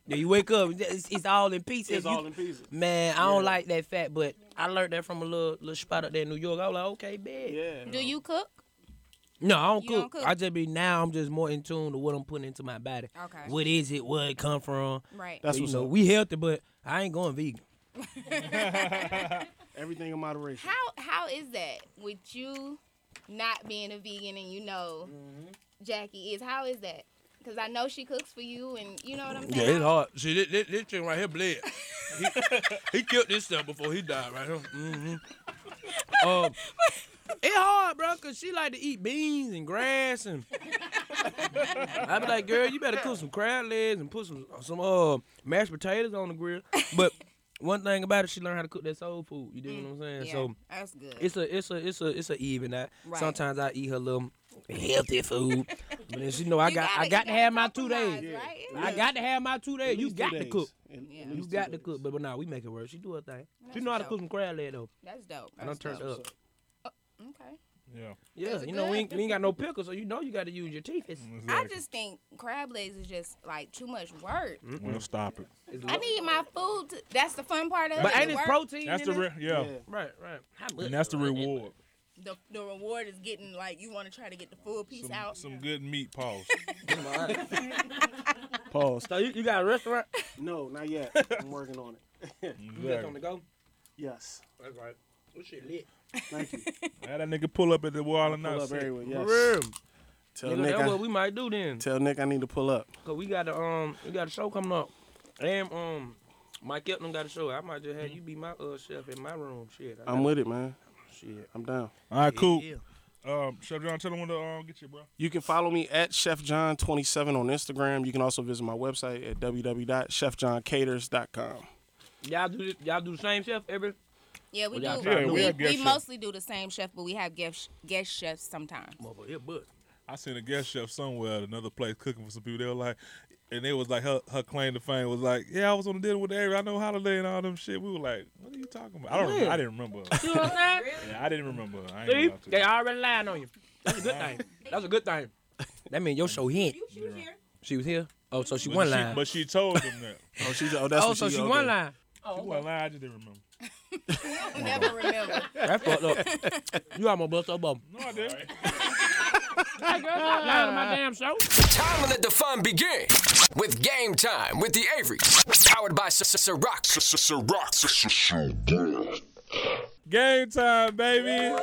S3: Then you wake up, it's, it's all in pieces.
S6: It's
S3: You-
S6: all in pieces.
S3: Man, I don't like that fat, but I learned that from a little little spot up there in New York. I was like, okay, bad.
S6: Yeah.
S4: Do you cook?
S3: No, I don't
S4: You
S3: cook.
S4: don't cook?
S3: I just be now. I'm just more in tune to what I'm putting into my body.
S4: Okay.
S3: What is it? Where it come from?
S4: Right.
S6: That's
S3: you
S6: what's
S3: know,
S6: up.
S3: we healthy, but I ain't going vegan.
S6: Everything in moderation.
S4: how how is that with you not being a vegan and you know
S2: Mm-hmm.
S4: Jackie is? How is that? Because I know she cooks for you and you know what I'm saying.
S3: hard. See, this, this, this chicken right here bled. He, he killed this stuff before he died right here. Mm-hmm. Um, it's hard, bro, because she like to eat beans and grass. and I be like, girl, you better cook some crab legs and put some some uh, mashed potatoes on the grill. But one thing about it, she learned how to cook that soul food. You dig what I'm saying?
S4: Yeah,
S3: So
S4: that's good.
S3: it's a it's a it's a it's a even. I,
S4: Right.
S3: Sometimes I eat her little healthy food, but then she know I
S4: You
S3: got
S4: gotta-
S3: I
S4: you
S3: got to
S4: gotta
S3: have my two
S4: compromise,
S3: days.
S4: right?
S3: I got to have my two days.
S6: At
S3: You
S6: least
S3: got
S6: two
S3: to
S6: days.
S3: cook.
S6: At- at
S4: Yeah.
S6: least
S3: You
S6: two
S3: got to
S6: days.
S3: cook. But, but nah, we make it work. She do her thing. She
S4: That's
S3: know how to
S4: dope.
S3: cook some crab leg though.
S4: That's dope.
S3: I done
S4: That's
S3: turned
S4: dope.
S3: up.
S4: Okay.
S2: Yeah.
S3: Yeah,
S4: That's
S3: you know, we ain't,
S4: good.
S3: we ain't got no pickle, so you know you got to use your teeth. It's,
S4: I
S2: Exactly.
S4: just think crab legs is just like too much work.
S3: Mm.
S2: Well, stop it.
S3: it's
S4: I
S3: lo-
S4: need my food. To, that's the fun part of it.
S3: but ain't
S4: the
S3: it
S4: work.
S3: protein?
S2: That's
S3: in
S2: the
S3: it?
S2: re- yeah.
S3: right, right. How much?
S2: and that's the reward.
S4: The, the reward is getting like you want to try to get the full piece
S2: Some,
S4: out.
S2: some good meat, pause.
S6: Pause.
S3: So you, you got a restaurant?
S6: No, not yet. I'm working on it.
S3: You just on the go?
S6: Yes.
S3: That's right. This shit lit.
S6: Thank you.
S2: Had that nigga pull up at the wall and
S6: Pull
S2: not
S6: up
S2: say,
S6: everywhere. Yes.
S3: For real.
S6: Tell
S3: Nigga,
S6: Nick,
S3: that's what
S6: I,
S3: we might do then.
S6: tell Nick I need to pull up.
S3: Cause we got a um, we got a show coming up, and um, Mike Elton got a show. I might just have you be my uh chef in my room. Shit, I
S6: I'm
S3: got-
S6: with it, man.
S3: shit.
S6: I'm down.
S2: All right, cool.
S3: Yeah.
S2: Um, Chef John, tell them when to um, get you, bro.
S6: You can follow me at ChefJohn27 on Instagram. You can also visit my website at www.chefjohncaters.com.
S3: Y'all do this, y'all do the same chef every.
S4: Yeah, we do.
S3: Well, y'all
S2: try to do
S4: we
S2: it.
S4: we,
S2: Guest chef.
S4: mostly do the same chef, but we have guest guest chefs sometimes.
S3: Motherfucker, yeah, but
S2: I seen a guest chef somewhere at another place cooking for some people. They were like, and they was like, her, her claim to fame was like, yeah, I was on the dinner with Avery. I know Holiday and all them shit. We were like, what are you talking about? I don't.
S3: Yeah.
S2: I didn't remember.
S3: you know what I'm
S2: yeah, I didn't remember. I ain't
S3: saying?
S2: gonna
S3: See,
S2: lie
S3: they already lying on you. That's a good thing. That's a good thing. That mean your show hit.
S2: to you. Yeah.
S3: She was here. Oh, so she
S2: But
S3: one
S2: she-
S3: line.
S2: But she told them that.
S6: Oh, she's oh, that's
S3: oh,
S6: what
S3: so she
S6: okay.
S3: one line.
S2: She wasn't lying. I just didn't remember.
S4: Never remember.
S3: That's fucked up. You almost bust up bum.
S2: No, I didn't.
S3: Hey, girl, stop lying on my damn show.
S1: Time to let the fun begin with Game Time with the Averys. Powered by S- S- Ciroc. S- S- Ciroc.
S2: Game time, baby.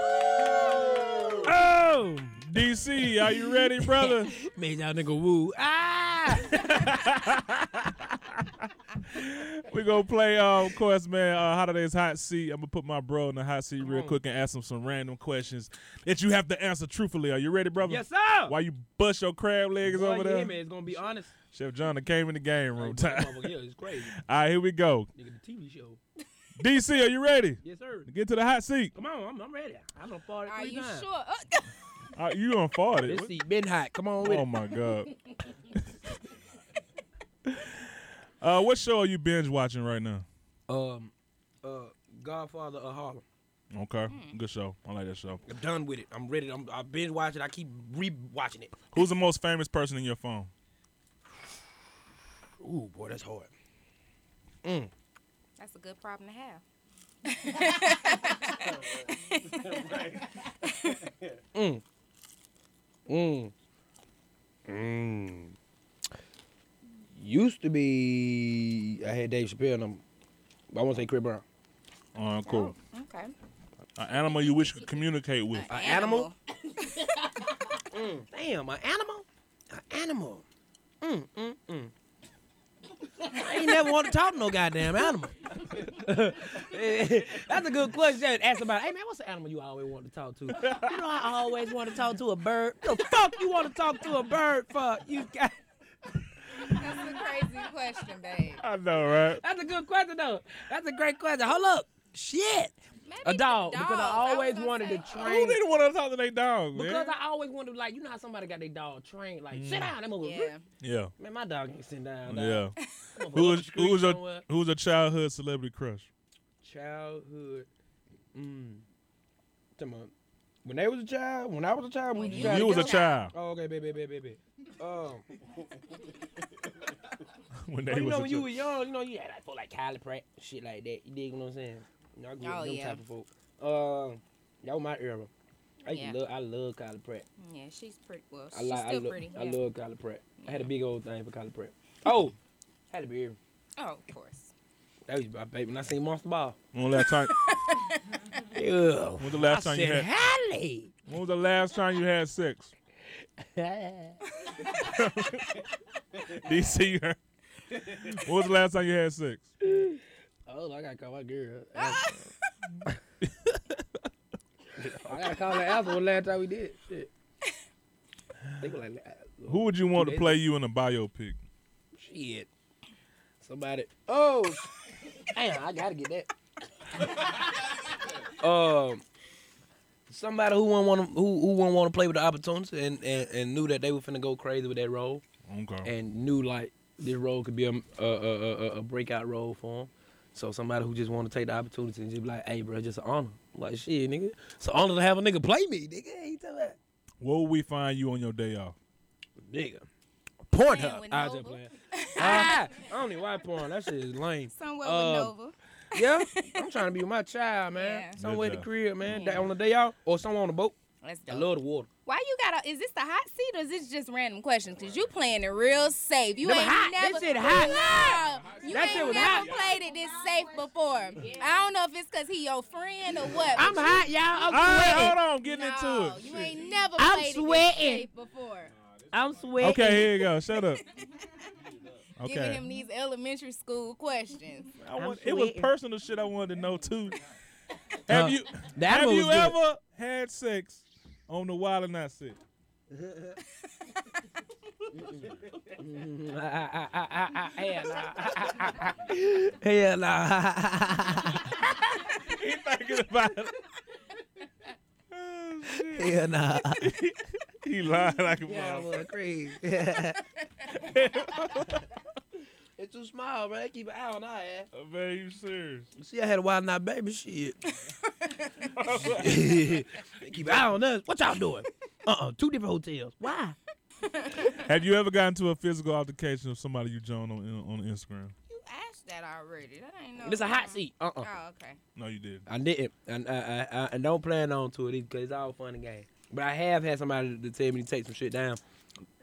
S2: Oh, DC, are you ready, brother?
S3: Made y'all nigga woo. Ah.
S2: We gonna play, um, of course, man. Uh, Holiday's hot seat. I'm gonna put my bro in the hot seat real quick and ask him some random questions that you have to answer truthfully. Are you ready, brother?
S3: yes, sir.
S2: Why you bust your crab legs
S3: Boy,
S2: over
S3: yeah,
S2: there?
S3: man, it's gonna be honest.
S2: Chef John done came in the game room time.
S3: Motherfucker, yeah, it's crazy.
S2: All right, here we go.
S3: Nigga, the TV show.
S2: DC, are you ready?
S3: Yes, sir.
S2: Get to the hot seat.
S3: Come on, I'm, I'm ready. I done fought it
S4: Are
S3: three
S4: you
S3: times.
S4: sure? Oh,
S2: Uh, you done fought it.
S3: This
S2: What-
S3: seat been hot. Come on with
S2: Oh
S3: it.
S2: my god. uh, what show are you binge watching right now?
S3: Um, uh, Godfather of Harlem.
S2: Okay,
S3: Hmm.
S2: good show. I like that show.
S3: I'm done with it. I'm ready. I'm, I've been watching. I keep re-watching it.
S2: Who's the most famous person in your phone?
S3: Ooh, boy, that's hard.
S4: that's a good problem to have.
S3: Mm. Mm. Used to be I had Dave Chappelle and I'm, I want to say Chris Brown.
S2: Uh,
S3: Oh.
S2: cool.
S4: Okay.
S2: An animal you wish you could communicate with.
S3: An animal? Damn, an animal? An animal. Mm, mm, mm. I ain't never want to talk to no goddamn animal. That's a good question. Ask somebody, hey man, what's the animal you always want to talk to? You know, I always want to talk to a bird. What the fuck you want to talk to a bird for? You got.
S4: That's a crazy question, babe.
S2: I know, right?
S3: That's a good question though. That's a great question. Hold up. Shit.
S4: Maybe
S3: A
S4: the
S3: dog. Because
S4: dogs.
S3: I
S4: was
S3: always
S4: gonna
S3: wanted to
S4: say-
S2: Who
S3: train.
S2: they the one to talk to their dog, man?
S3: Because I always wanted like, you know how somebody got their dog trained, like, sit down, that motherfucker.
S4: Yeah.
S2: yeah,
S3: Man, my dog ain't sitting down. dog.
S2: Mm. yeah.
S3: That
S2: Who
S3: motherfucker up the
S2: was who
S3: street
S2: was your
S3: somewhere.
S2: who was your childhood celebrity crush?
S3: childhood? Mm. Come on. When they was a child, when I was a child, when,
S4: When
S3: you
S4: you
S3: got
S2: You was a child
S3: Oh, okay, baby, baby, baby. Um,
S2: when
S3: but
S2: they
S3: you
S2: was
S3: know
S2: a
S3: when you
S2: child.
S3: were young, you know you had like folk like Kylie Pratt, shit like that. You dig what I'm saying? You know, I grew up
S4: Oh,
S3: with them
S4: yeah.
S3: type of folk. Um, that was my era. I used to
S4: Yeah.
S3: love, I love Kylie Pratt.
S4: Yeah, she's pretty. Well,
S3: I
S4: she's
S3: like, I,
S4: still
S3: lo-
S4: pretty.
S3: I
S4: yeah.
S3: love Kylie Pratt. I had a big old thing for Kylie Pratt. Oh, had a beard.
S4: Oh, of course.
S3: That was my baby. When I seen Monster Ball,
S2: When last time?
S3: yeah.
S2: When was the last
S3: I
S2: time you
S3: said,
S2: had?
S3: Hallie.
S2: When was the last time you had sex? DC, you heard- when was the last time you had sex?
S3: oh, I gotta call my girl. I gotta call her after the last time we did it. Shit. They were like,
S2: Who would you want to play you in a biopic?
S3: shit. Somebody. Oh, damn! I gotta get that. um, somebody who won't want to who who won't want to play with the opportunity and, and and knew that they were finna go crazy with that role.
S2: Okay.
S3: and knew like this role could be a a, a, a, a breakout role for him. So somebody who just want to take the opportunity and just be like, hey, bro, just an honor. Like shit, nigga. So only to have a nigga play me, nigga. Ain't that bad.
S2: What would we find you on your day off?
S3: nigga.
S4: Playing
S3: Pornhub.
S4: with
S3: I was
S4: Nova.
S3: just playing. Ah, I don't even watch porn. That shit is lame.
S4: Somewhere
S3: Uh,
S4: with Nova.
S3: Yeah, I'm trying to be with my child, man.
S4: Yeah.
S3: Somewhere in
S2: Good job.
S3: the crib, man.
S4: Yeah.
S3: On the day out or somewhere on the boat.
S4: Let's
S3: I
S4: go.
S3: love the water.
S4: Why you gotta? Is this the hot seat or is this just random questions? Cause you playing it real safe. You
S3: Them
S4: ain't
S3: hot.
S4: never.
S3: That shit hot.
S4: Nah, you
S3: That
S4: ain't
S3: shit was
S4: never
S3: hot.
S4: played it this safe before. I don't know if it's cause he your friend or what.
S3: I'm
S4: but
S3: hot, y'all. I'm
S2: All right,
S3: sweating.
S2: hold on, I'm
S4: you-
S2: getting
S4: no,
S2: into it.
S4: You ain't never
S3: I'm
S4: played
S3: sweating.
S4: it this safe before.
S3: I'm sweating.
S2: Okay, here you go. Shut up.
S4: Giving
S2: Okay.
S4: him these elementary school questions.
S2: I want, it was
S3: sweating.
S2: personal shit I wanted to know too. Have
S3: Uh,
S2: you
S3: that
S2: have
S3: one
S2: you
S3: was good.
S2: ever had sex on the wild and not sick?
S3: Hell nah. Hell nah.
S2: He thinking about it. Oh, shit.
S3: Hell nah.
S2: He lying like a
S3: Y'all
S2: motherfucker.
S3: was crazy. it's too small, man. Keep an eye on our ass.
S2: Man, you serious?
S3: See, I had a wild night baby shit. Keep an eye on us. What y'all doing? Uh-uh. Two different hotels. Why?
S2: Have you ever gotten to a physical altercation with somebody you joined on on Instagram?
S4: You asked that already. That ain't no.
S3: This a hot seat. Uh-uh.
S4: Oh, okay.
S2: No, you did.
S3: I didn't. And I, I, I, and don't plan on to it because it's all fun and game. But I have had somebody to tell me to take some shit down,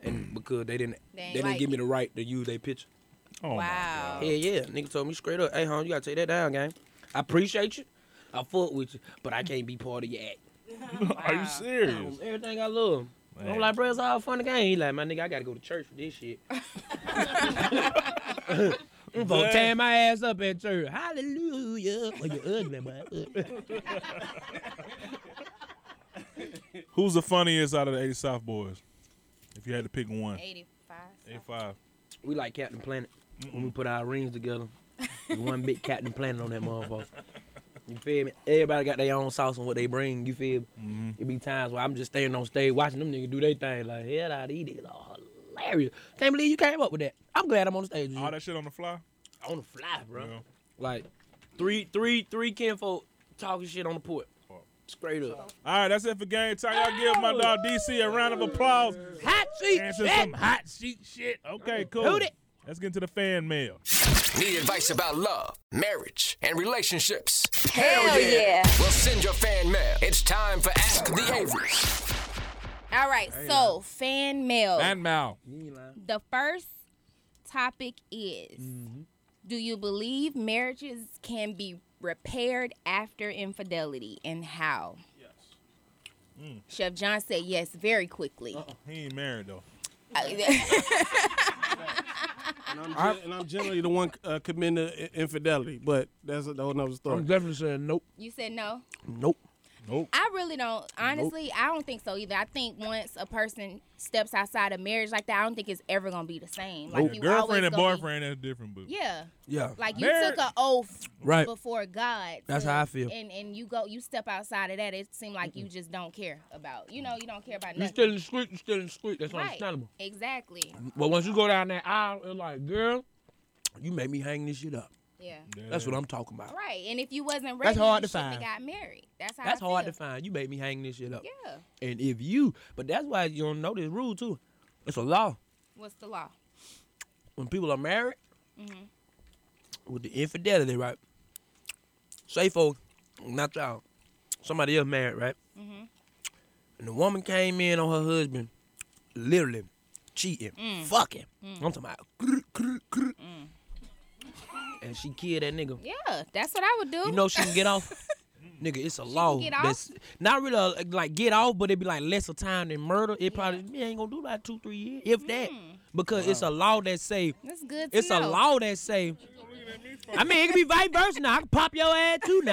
S3: and because they didn't,
S4: They
S3: they,
S4: ain't
S3: didn't
S4: like
S3: give me
S4: it.
S3: the right to use their picture.
S2: Oh
S4: wow.
S3: Yeah, yeah. Nigga told me straight up, hey, hon, you gotta take that down, gang. I appreciate you. I fuck with you, but I can't be part of your act.
S2: my God. Are you serious?
S3: Um, everything I love. I'm
S2: Man.
S3: like, bro, it's all fun and game. He like, my nigga, I gotta go to church for this shit. I'm gonna tear my ass up at church. Hallelujah. Well, you ugly, man.
S2: Who's the funniest out of the 80 South boys? If you had to pick one.
S4: 85.
S2: Eight five.
S3: We like Captain Planet. When we put our rings together, it's one big Captain Planet on that motherfucker. You feel me? Everybody got their own sauce on what they bring. You feel me?
S2: Mm-hmm.
S3: It be times where I'm just standing on stage watching them niggas do their thing. Like, hell out of these are hilarious. Can't believe you came up with that. I'm glad I'm on the stage. With you.
S2: All that shit on the fly.
S3: on the fly, bro.
S2: Yeah.
S3: Like, three, three, three kinfolk talking shit on the port. Straight up.
S2: All right, that's it for game time. Y'all give my dog DC a round of applause.
S3: Hot seat
S2: Answer
S3: shit.
S2: some hot sheet shit. Okay, cool.
S3: Hoot it.
S2: Let's get into the fan mail.
S1: Need advice about love, marriage, and relationships?
S4: Hell yeah.
S1: Well, send your fan mail. It's time for Ask the Averys.
S4: All right, so fan mail.
S2: mail.
S4: the first topic is Do you believe marriages can be repaired after infidelity and how? Yes. Chef John said yes very quickly.
S2: He ain't married though.
S4: Uh,
S6: And I'm, gen- and I'm generally the one uh, committing the i- infidelity, but that's a whole nother story.
S3: definitely saying nope.
S4: you said no?
S3: Nope.
S2: Nope.
S4: I really don't. Honestly, I don't think so either. I think once a person steps outside of marriage like that, I don't think it's ever going to be the same.
S2: Your
S4: Like, you always
S2: girlfriend and
S4: gonna be-
S2: boyfriend, that's different, boo.
S4: yeah.
S3: Yeah.
S4: Like you
S2: Marriage-
S4: took an oath
S3: Right.
S4: before God.
S3: That's how I feel.
S4: And and you go, you step outside of that. It seemed like you just don't care about. You know, you don't care about
S3: You
S4: nothing.
S3: still in the street, you still in the street. That's
S4: right.
S3: understandable.
S4: Exactly.
S3: But once you go down that aisle, it's like, girl, you made me hang this shit up.
S4: Yeah.
S3: That's what I'm talking about.
S4: Right. And if you wasn't ready,
S3: That's hard
S4: you
S3: to
S4: shouldn't have
S3: find.
S4: Got married. That's how.
S3: That's
S4: I feel.
S3: hard to find. You made me hang this shit up.
S4: Yeah.
S3: And if you, but that's why you don't know this rule too. It's a law.
S4: What's the law?
S3: When people are married,
S4: Mm-hmm.
S3: with the infidelity, right? Say folks, not y'all, somebody else married, right?
S4: Mm-hmm.
S3: And the woman came in on her husband, literally cheating,
S4: Mm.
S3: fucking. I'm talking about, grr, grr, grr. and she killed that nigga.
S4: Mm. Yeah. That's what I would do.
S3: You know she can get off. Nigga, it's a law.
S4: get
S3: that's not really a, like get off, but it'd be like lesser time than murder. It probably it ain't gonna do like two, three years, if that,
S4: Mm.
S3: because it's a law that say
S4: That's good. To
S3: it's a
S4: know.
S3: law that say. I mean, it can be vice versa. Now I can pop your ass too.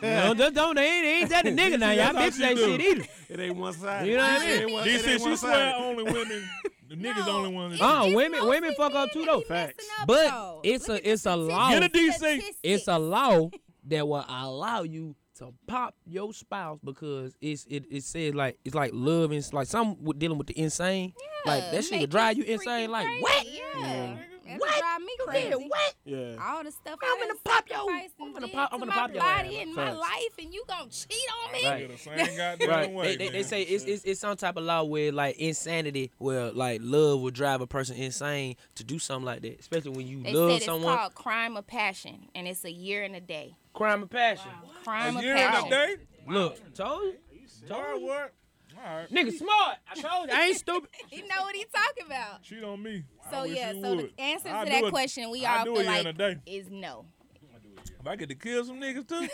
S3: Now, no, just don't. They ain't, ain't that the nigga now? Y'all
S6: That's how
S3: bitches
S6: she
S3: ain't
S6: do.
S3: shit either.
S6: It ain't one side.
S3: You know what I mean?
S2: DC, she swear only women. The niggas
S4: No,
S2: only one.
S4: it's
S2: that-
S3: Uh,
S4: just
S3: women-
S4: mostly
S3: women fuck up
S4: men
S3: too,
S4: that
S3: though.
S4: be messing
S6: Facts.
S4: up,
S3: But
S4: though.
S3: it's
S4: Look
S3: a
S4: at
S3: it's a
S4: the
S3: law.
S2: Get a DC.
S4: statistics.
S3: It's a law that will allow you to pop your spouse because it's it, it says like it's like love and it's like some with dealing with the insane. like
S4: Yeah,
S3: that shit
S4: make
S3: would drive
S4: you
S3: you insane.
S4: freaking
S3: Like
S4: crazy.
S3: what?
S4: Yeah. That's what drive me crazy.
S3: what?
S6: Yeah.
S4: All the stuff
S3: Man, I'm
S4: I done
S3: gonna pop your-
S4: sacrificed
S3: I'm
S4: and
S3: gonna
S4: did
S3: pop-
S4: to
S3: I'm gonna
S4: my
S3: pop your
S4: body
S3: ass.
S4: and my
S6: Facts.
S4: life, and you gonna cheat on me?
S3: Right.
S2: the same goddamn
S3: Right.
S2: way,
S3: they, they, they
S2: man.
S3: say it's, it's it's some type of law where like insanity, where like love will drive a person insane to do something like that, especially when you
S4: They said
S3: love
S4: it's
S3: someone.
S4: called crime of passion, and it's a year and a day.
S3: Crime of passion.
S4: Crime
S2: a
S4: of
S2: year and
S4: passion.
S2: a day.
S3: Look, told you,
S2: All right, what? All right.
S3: nigga, smart. I told you, I ain't stupid.
S4: You know what he talking about.
S2: Cheat on me.
S4: So
S2: I wish
S4: yeah,
S2: you
S4: so
S2: would.
S4: the answer
S2: I'll
S4: to
S2: do
S4: that
S2: it.
S4: question we
S2: I'll
S4: all
S2: do
S4: feel
S2: a year in a
S4: like
S2: day.
S4: is no.
S2: If I get to kill some niggas too,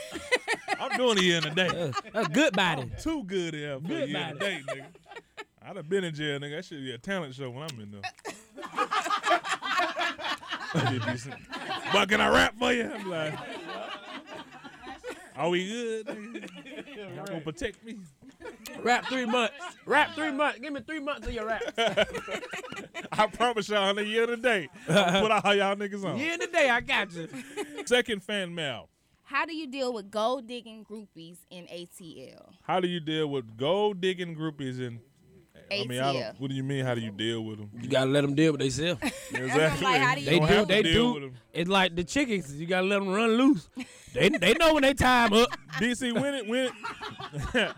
S2: I'm doing it here in a day.
S3: That's good body.
S2: Too good here for a
S3: Good
S2: year in a
S3: night.
S2: day, nigga. I'd have been in jail, nigga. That should be a talent show when I'm in there. That'd be some- Boy, can I rap for you? I'm like, are we good? nigga? Y'all gonna protect me?
S3: Rap three months. Rap three months. Give me three months of your rap.
S2: I promise y'all in a year today, I'll put all y'all niggas on.
S3: Yeah, in the day, I got you.
S2: Second fan mail.
S4: How do you deal with gold digging groupies in ATL?
S2: How do you deal with gold digging groupies and I mean, I
S4: ATL.
S2: don't, what do you mean? How do you deal with them?
S3: You gotta let them deal with themselves.
S2: Exactly.
S4: like, how do you-
S3: They
S2: don't
S3: do.
S2: have to
S3: They
S2: deal with
S3: do.
S2: 'em.
S3: It's like the chickens. You gotta let them run loose. They they know when they time up.
S2: DC, when it when it,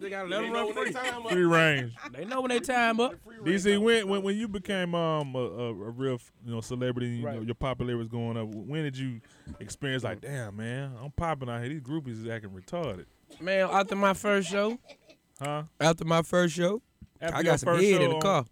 S3: They gotta let them run free.
S6: uh,
S2: free range.
S3: They know when they time up.
S2: DC, when, when when you became um a, a, a real you know celebrity, you know, your popularity was going up. When did you experience like, damn man, I'm popping out here. These groupies is acting retarded,
S3: Man, after my first show,
S2: huh?
S3: after my first show,
S2: After
S3: I
S2: your
S3: got some
S2: first
S3: head
S2: show
S3: in the
S2: on-
S3: car.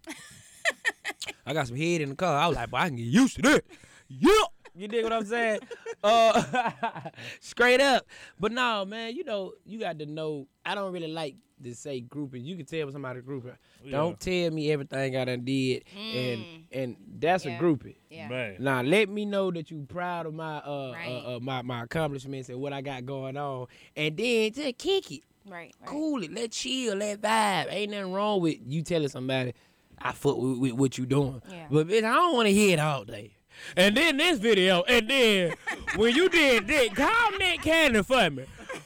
S3: I got some head in the car. I was like, boy, I can get used to this. Yeah. You dig what I'm saying? uh, straight up. But no, man, you know, you got to know. I don't really like to say grouping. You can tell when somebody grouping. Don't tell me everything I done did, and and that's a
S4: Yeah.
S3: grouping.
S4: Yeah.
S2: Man,
S3: Now let me know that you proud of my uh,
S4: Right.
S3: uh, uh my my accomplishments and what I got going on, and then just kick it
S4: Right. right.
S3: cool it. Let chill. Let vibe. Ain't nothing wrong with you telling somebody I fuck with, with what you doing.
S4: Yeah.
S3: But bitch, I don't want to hear it all day. And then this video, and then when you did that, call Nick Cannon for me.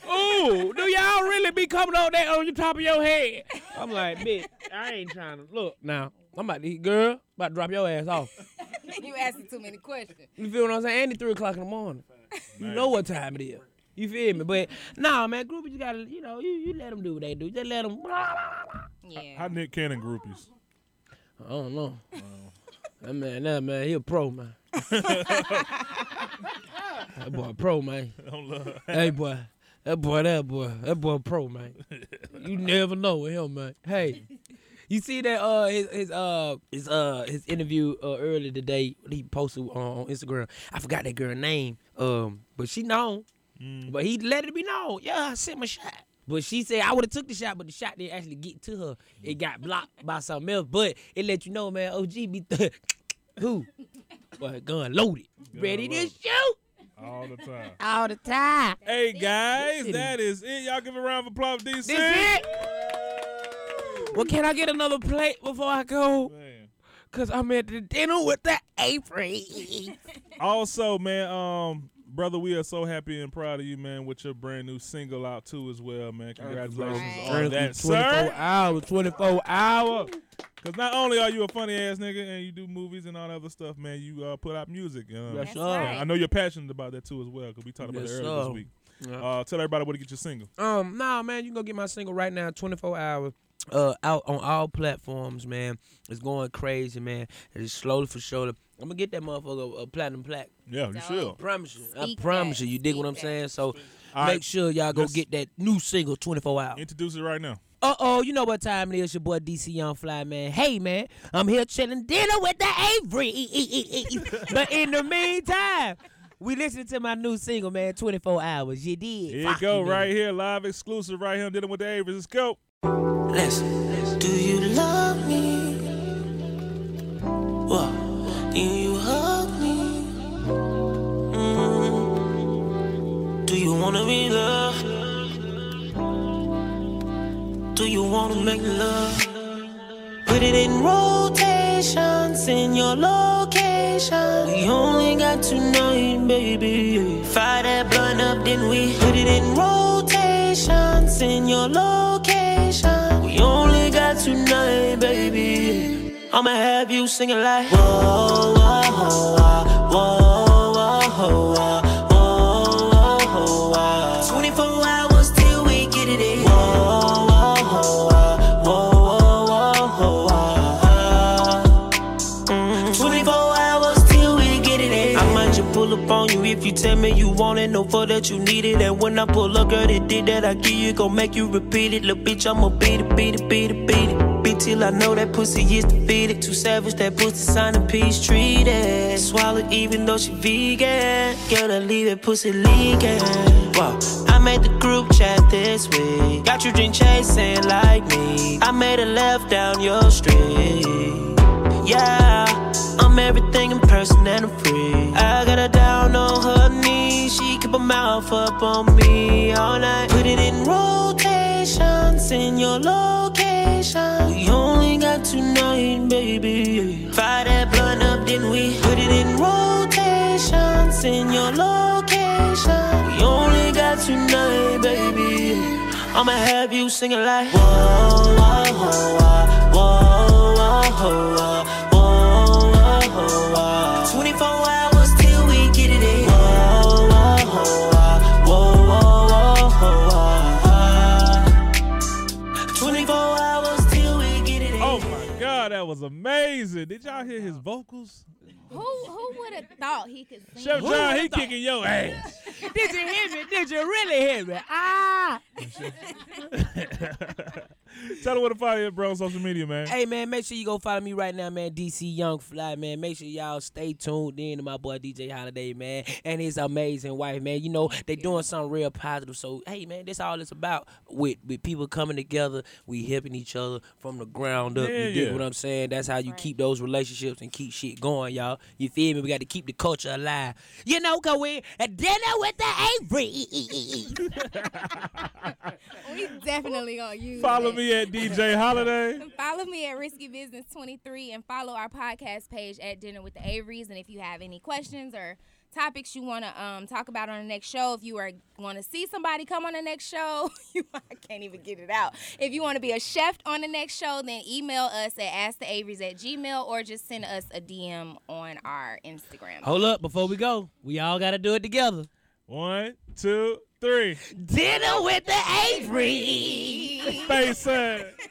S3: Ooh, do y'all really be coming on that on the top of your head? I'm like, bitch, I ain't trying to look now. I'm about to girl, about to drop your ass off.
S4: you asking too many questions.
S3: You feel what I'm saying? And it's three o'clock in the morning. You know what time it is. You feel me? But nah, man, groupie, you gotta, you know, you, you let them do what they do. Just let them.
S4: Yeah.
S2: how Nick Cannon groupies?
S3: I don't know. That man, that man, he a pro man. that boy a pro man.
S2: Don't love.
S3: Hey boy, that boy, that boy, that boy a pro man. You never know with him, man. Hey, you see that uh his his uh his uh his interview uh, earlier today he posted on, on Instagram. I forgot that girl name, um, but she known.
S2: Mm.
S3: But he let it be known. Yeah, I sent my shot. But she said I would have took the shot, but the shot didn't actually get to her. It got blocked by something else. But it let you know, man. OG be who, boy, gun loaded, ready
S2: loaded.
S3: to shoot
S2: All the time.
S3: all the time.
S2: Hey guys,
S3: Listen.
S2: that is it. Y'all give a round of applause, DC.
S3: This it. Well, can I get another plate before I go?
S2: Man.
S3: Cause I'm at the dinner with the apron.
S2: Also, man, um, brother, we are so happy and proud of you, man, with your brand new single out too as well, man. Congratulations
S4: Thank you.
S2: on that, sir.
S3: hours, 24 hour.
S2: Because not only are you a funny ass nigga and you do movies and all that other stuff, man, you uh, put out music. You know?
S3: Yes,
S4: That's
S3: sir.
S2: I
S4: right.
S2: know you're passionate about that too as well. Cause we talked about
S3: Yes,
S2: it earlier
S3: sir.
S2: this week. Uh, tell everybody where to get your single.
S3: Um, nah, man, you can go get my single right now, 24 hours. Uh, out on all platforms, man. It's going crazy, man. It's slowly for surely. I'm gonna get that motherfucker a platinum plaque.
S2: Yeah, you
S4: Dope.
S2: should.
S3: Promise you.
S4: Speak
S3: I promise
S4: that.
S3: you. You dig what I'm
S4: Speak
S3: saying? So
S2: All
S3: make
S2: right.
S3: sure y'all go
S2: Let's-
S3: get that new single, 24 hours.
S2: Introduce it right now.
S3: Uh oh, you know what time it is, your boy DC Young Fly, man. Hey, man, I'm here chilling dinner with the Avery. but in the meantime, we listening to my new single, man, 24 Hours. You did.
S2: Here you go, right here, live exclusive, right here. I'm dealing with the Avers. Let's go.
S7: Listen, do you love me? What? Do you hug me? Mm. Do you wanna be loved? Do you wanna make love? Put it in rotations in your location. We only got tonight, baby. Fire that blunt up, then we put it in rotations in your location. We only got tonight, I'ma have you singing like whoa, whoa, whoa, ah, whoa, whoa, whoa, ah, whoa, whoa, whoa, ah. 24 hours till we get it in. Whoa, whoa, whoa, ah, whoa, whoa, whoa, whoa, ah. Mm. 24 hours till we get it in. I might just pull up on you if you tell me you want it. No for that you need it. And when I pull up, girl, that did that I give you, gon' make you repeat it. Lil' bitch, I'ma beat it, beat it, beat it, beat it. Beat till I know that pussy is defeated. Too savage, that pussy sign a peace treated. Swallow even though she vegan. Girl, I leave that pussy leaking. Wow. I made the group chat this week. Got you drink chasing like me. I made a left down your street. Yeah, I'm everything in person and I'm free. I got her down on her knees. She keep her mouth up on me all night. Put it in rotation, send your location. We only got tonight, baby. Fire that blunt up, then we put it in rotation, send your location. We only got tonight, baby. I'ma have you singing like whoa, whoa, whoa, ah, whoa, whoa, ah, whoa, whoa, whoa, ah. 24 hours till we get it in. Whoa, whoa, whoa, ah, whoa, whoa, whoa, whoa, ah. 24 hours till we get it in.
S2: Oh my God, that was amazing! Did y'all hear his vocals?
S4: Who who would have thought he could sing?
S2: Chef John, he kicking your ass.
S3: Did you hear me? Did you really hear me? Ah.
S2: Tell him what to follow you, bro, on social media, man.
S3: Hey man, make sure you go follow me right now, man. DC Young Fly, man. Make sure y'all stay tuned in to my boy DJ Holiday, man, and his amazing wife, man. You know they doing something real positive. So hey, man, that's all it's about with with people coming together. We helping each other from the ground up.
S2: Yeah,
S3: you dig
S2: yeah.
S3: what I'm saying? That's how you keep those relationships and keep shit going, y'all. You feel me? We got to keep the culture alive. You know, go in and dinner with the Avery.
S4: We definitely gonna use.
S2: Follow
S4: that.
S2: me at DJ Holiday.
S4: Follow me at Risky Business 23 and follow our podcast page at Dinner with the Averys. And if you have any questions or topics you want to um, talk about on the next show, if you are want to see somebody come on the next show, you, I can't even get it out. If you want to be a chef on the next show, then email us at asktheaverys at gmail or just send us a DM on our Instagram.
S3: Hold up, before we go, we all got to do it together.
S2: One, two, three.
S3: Dinner with the Avery.
S2: Face it.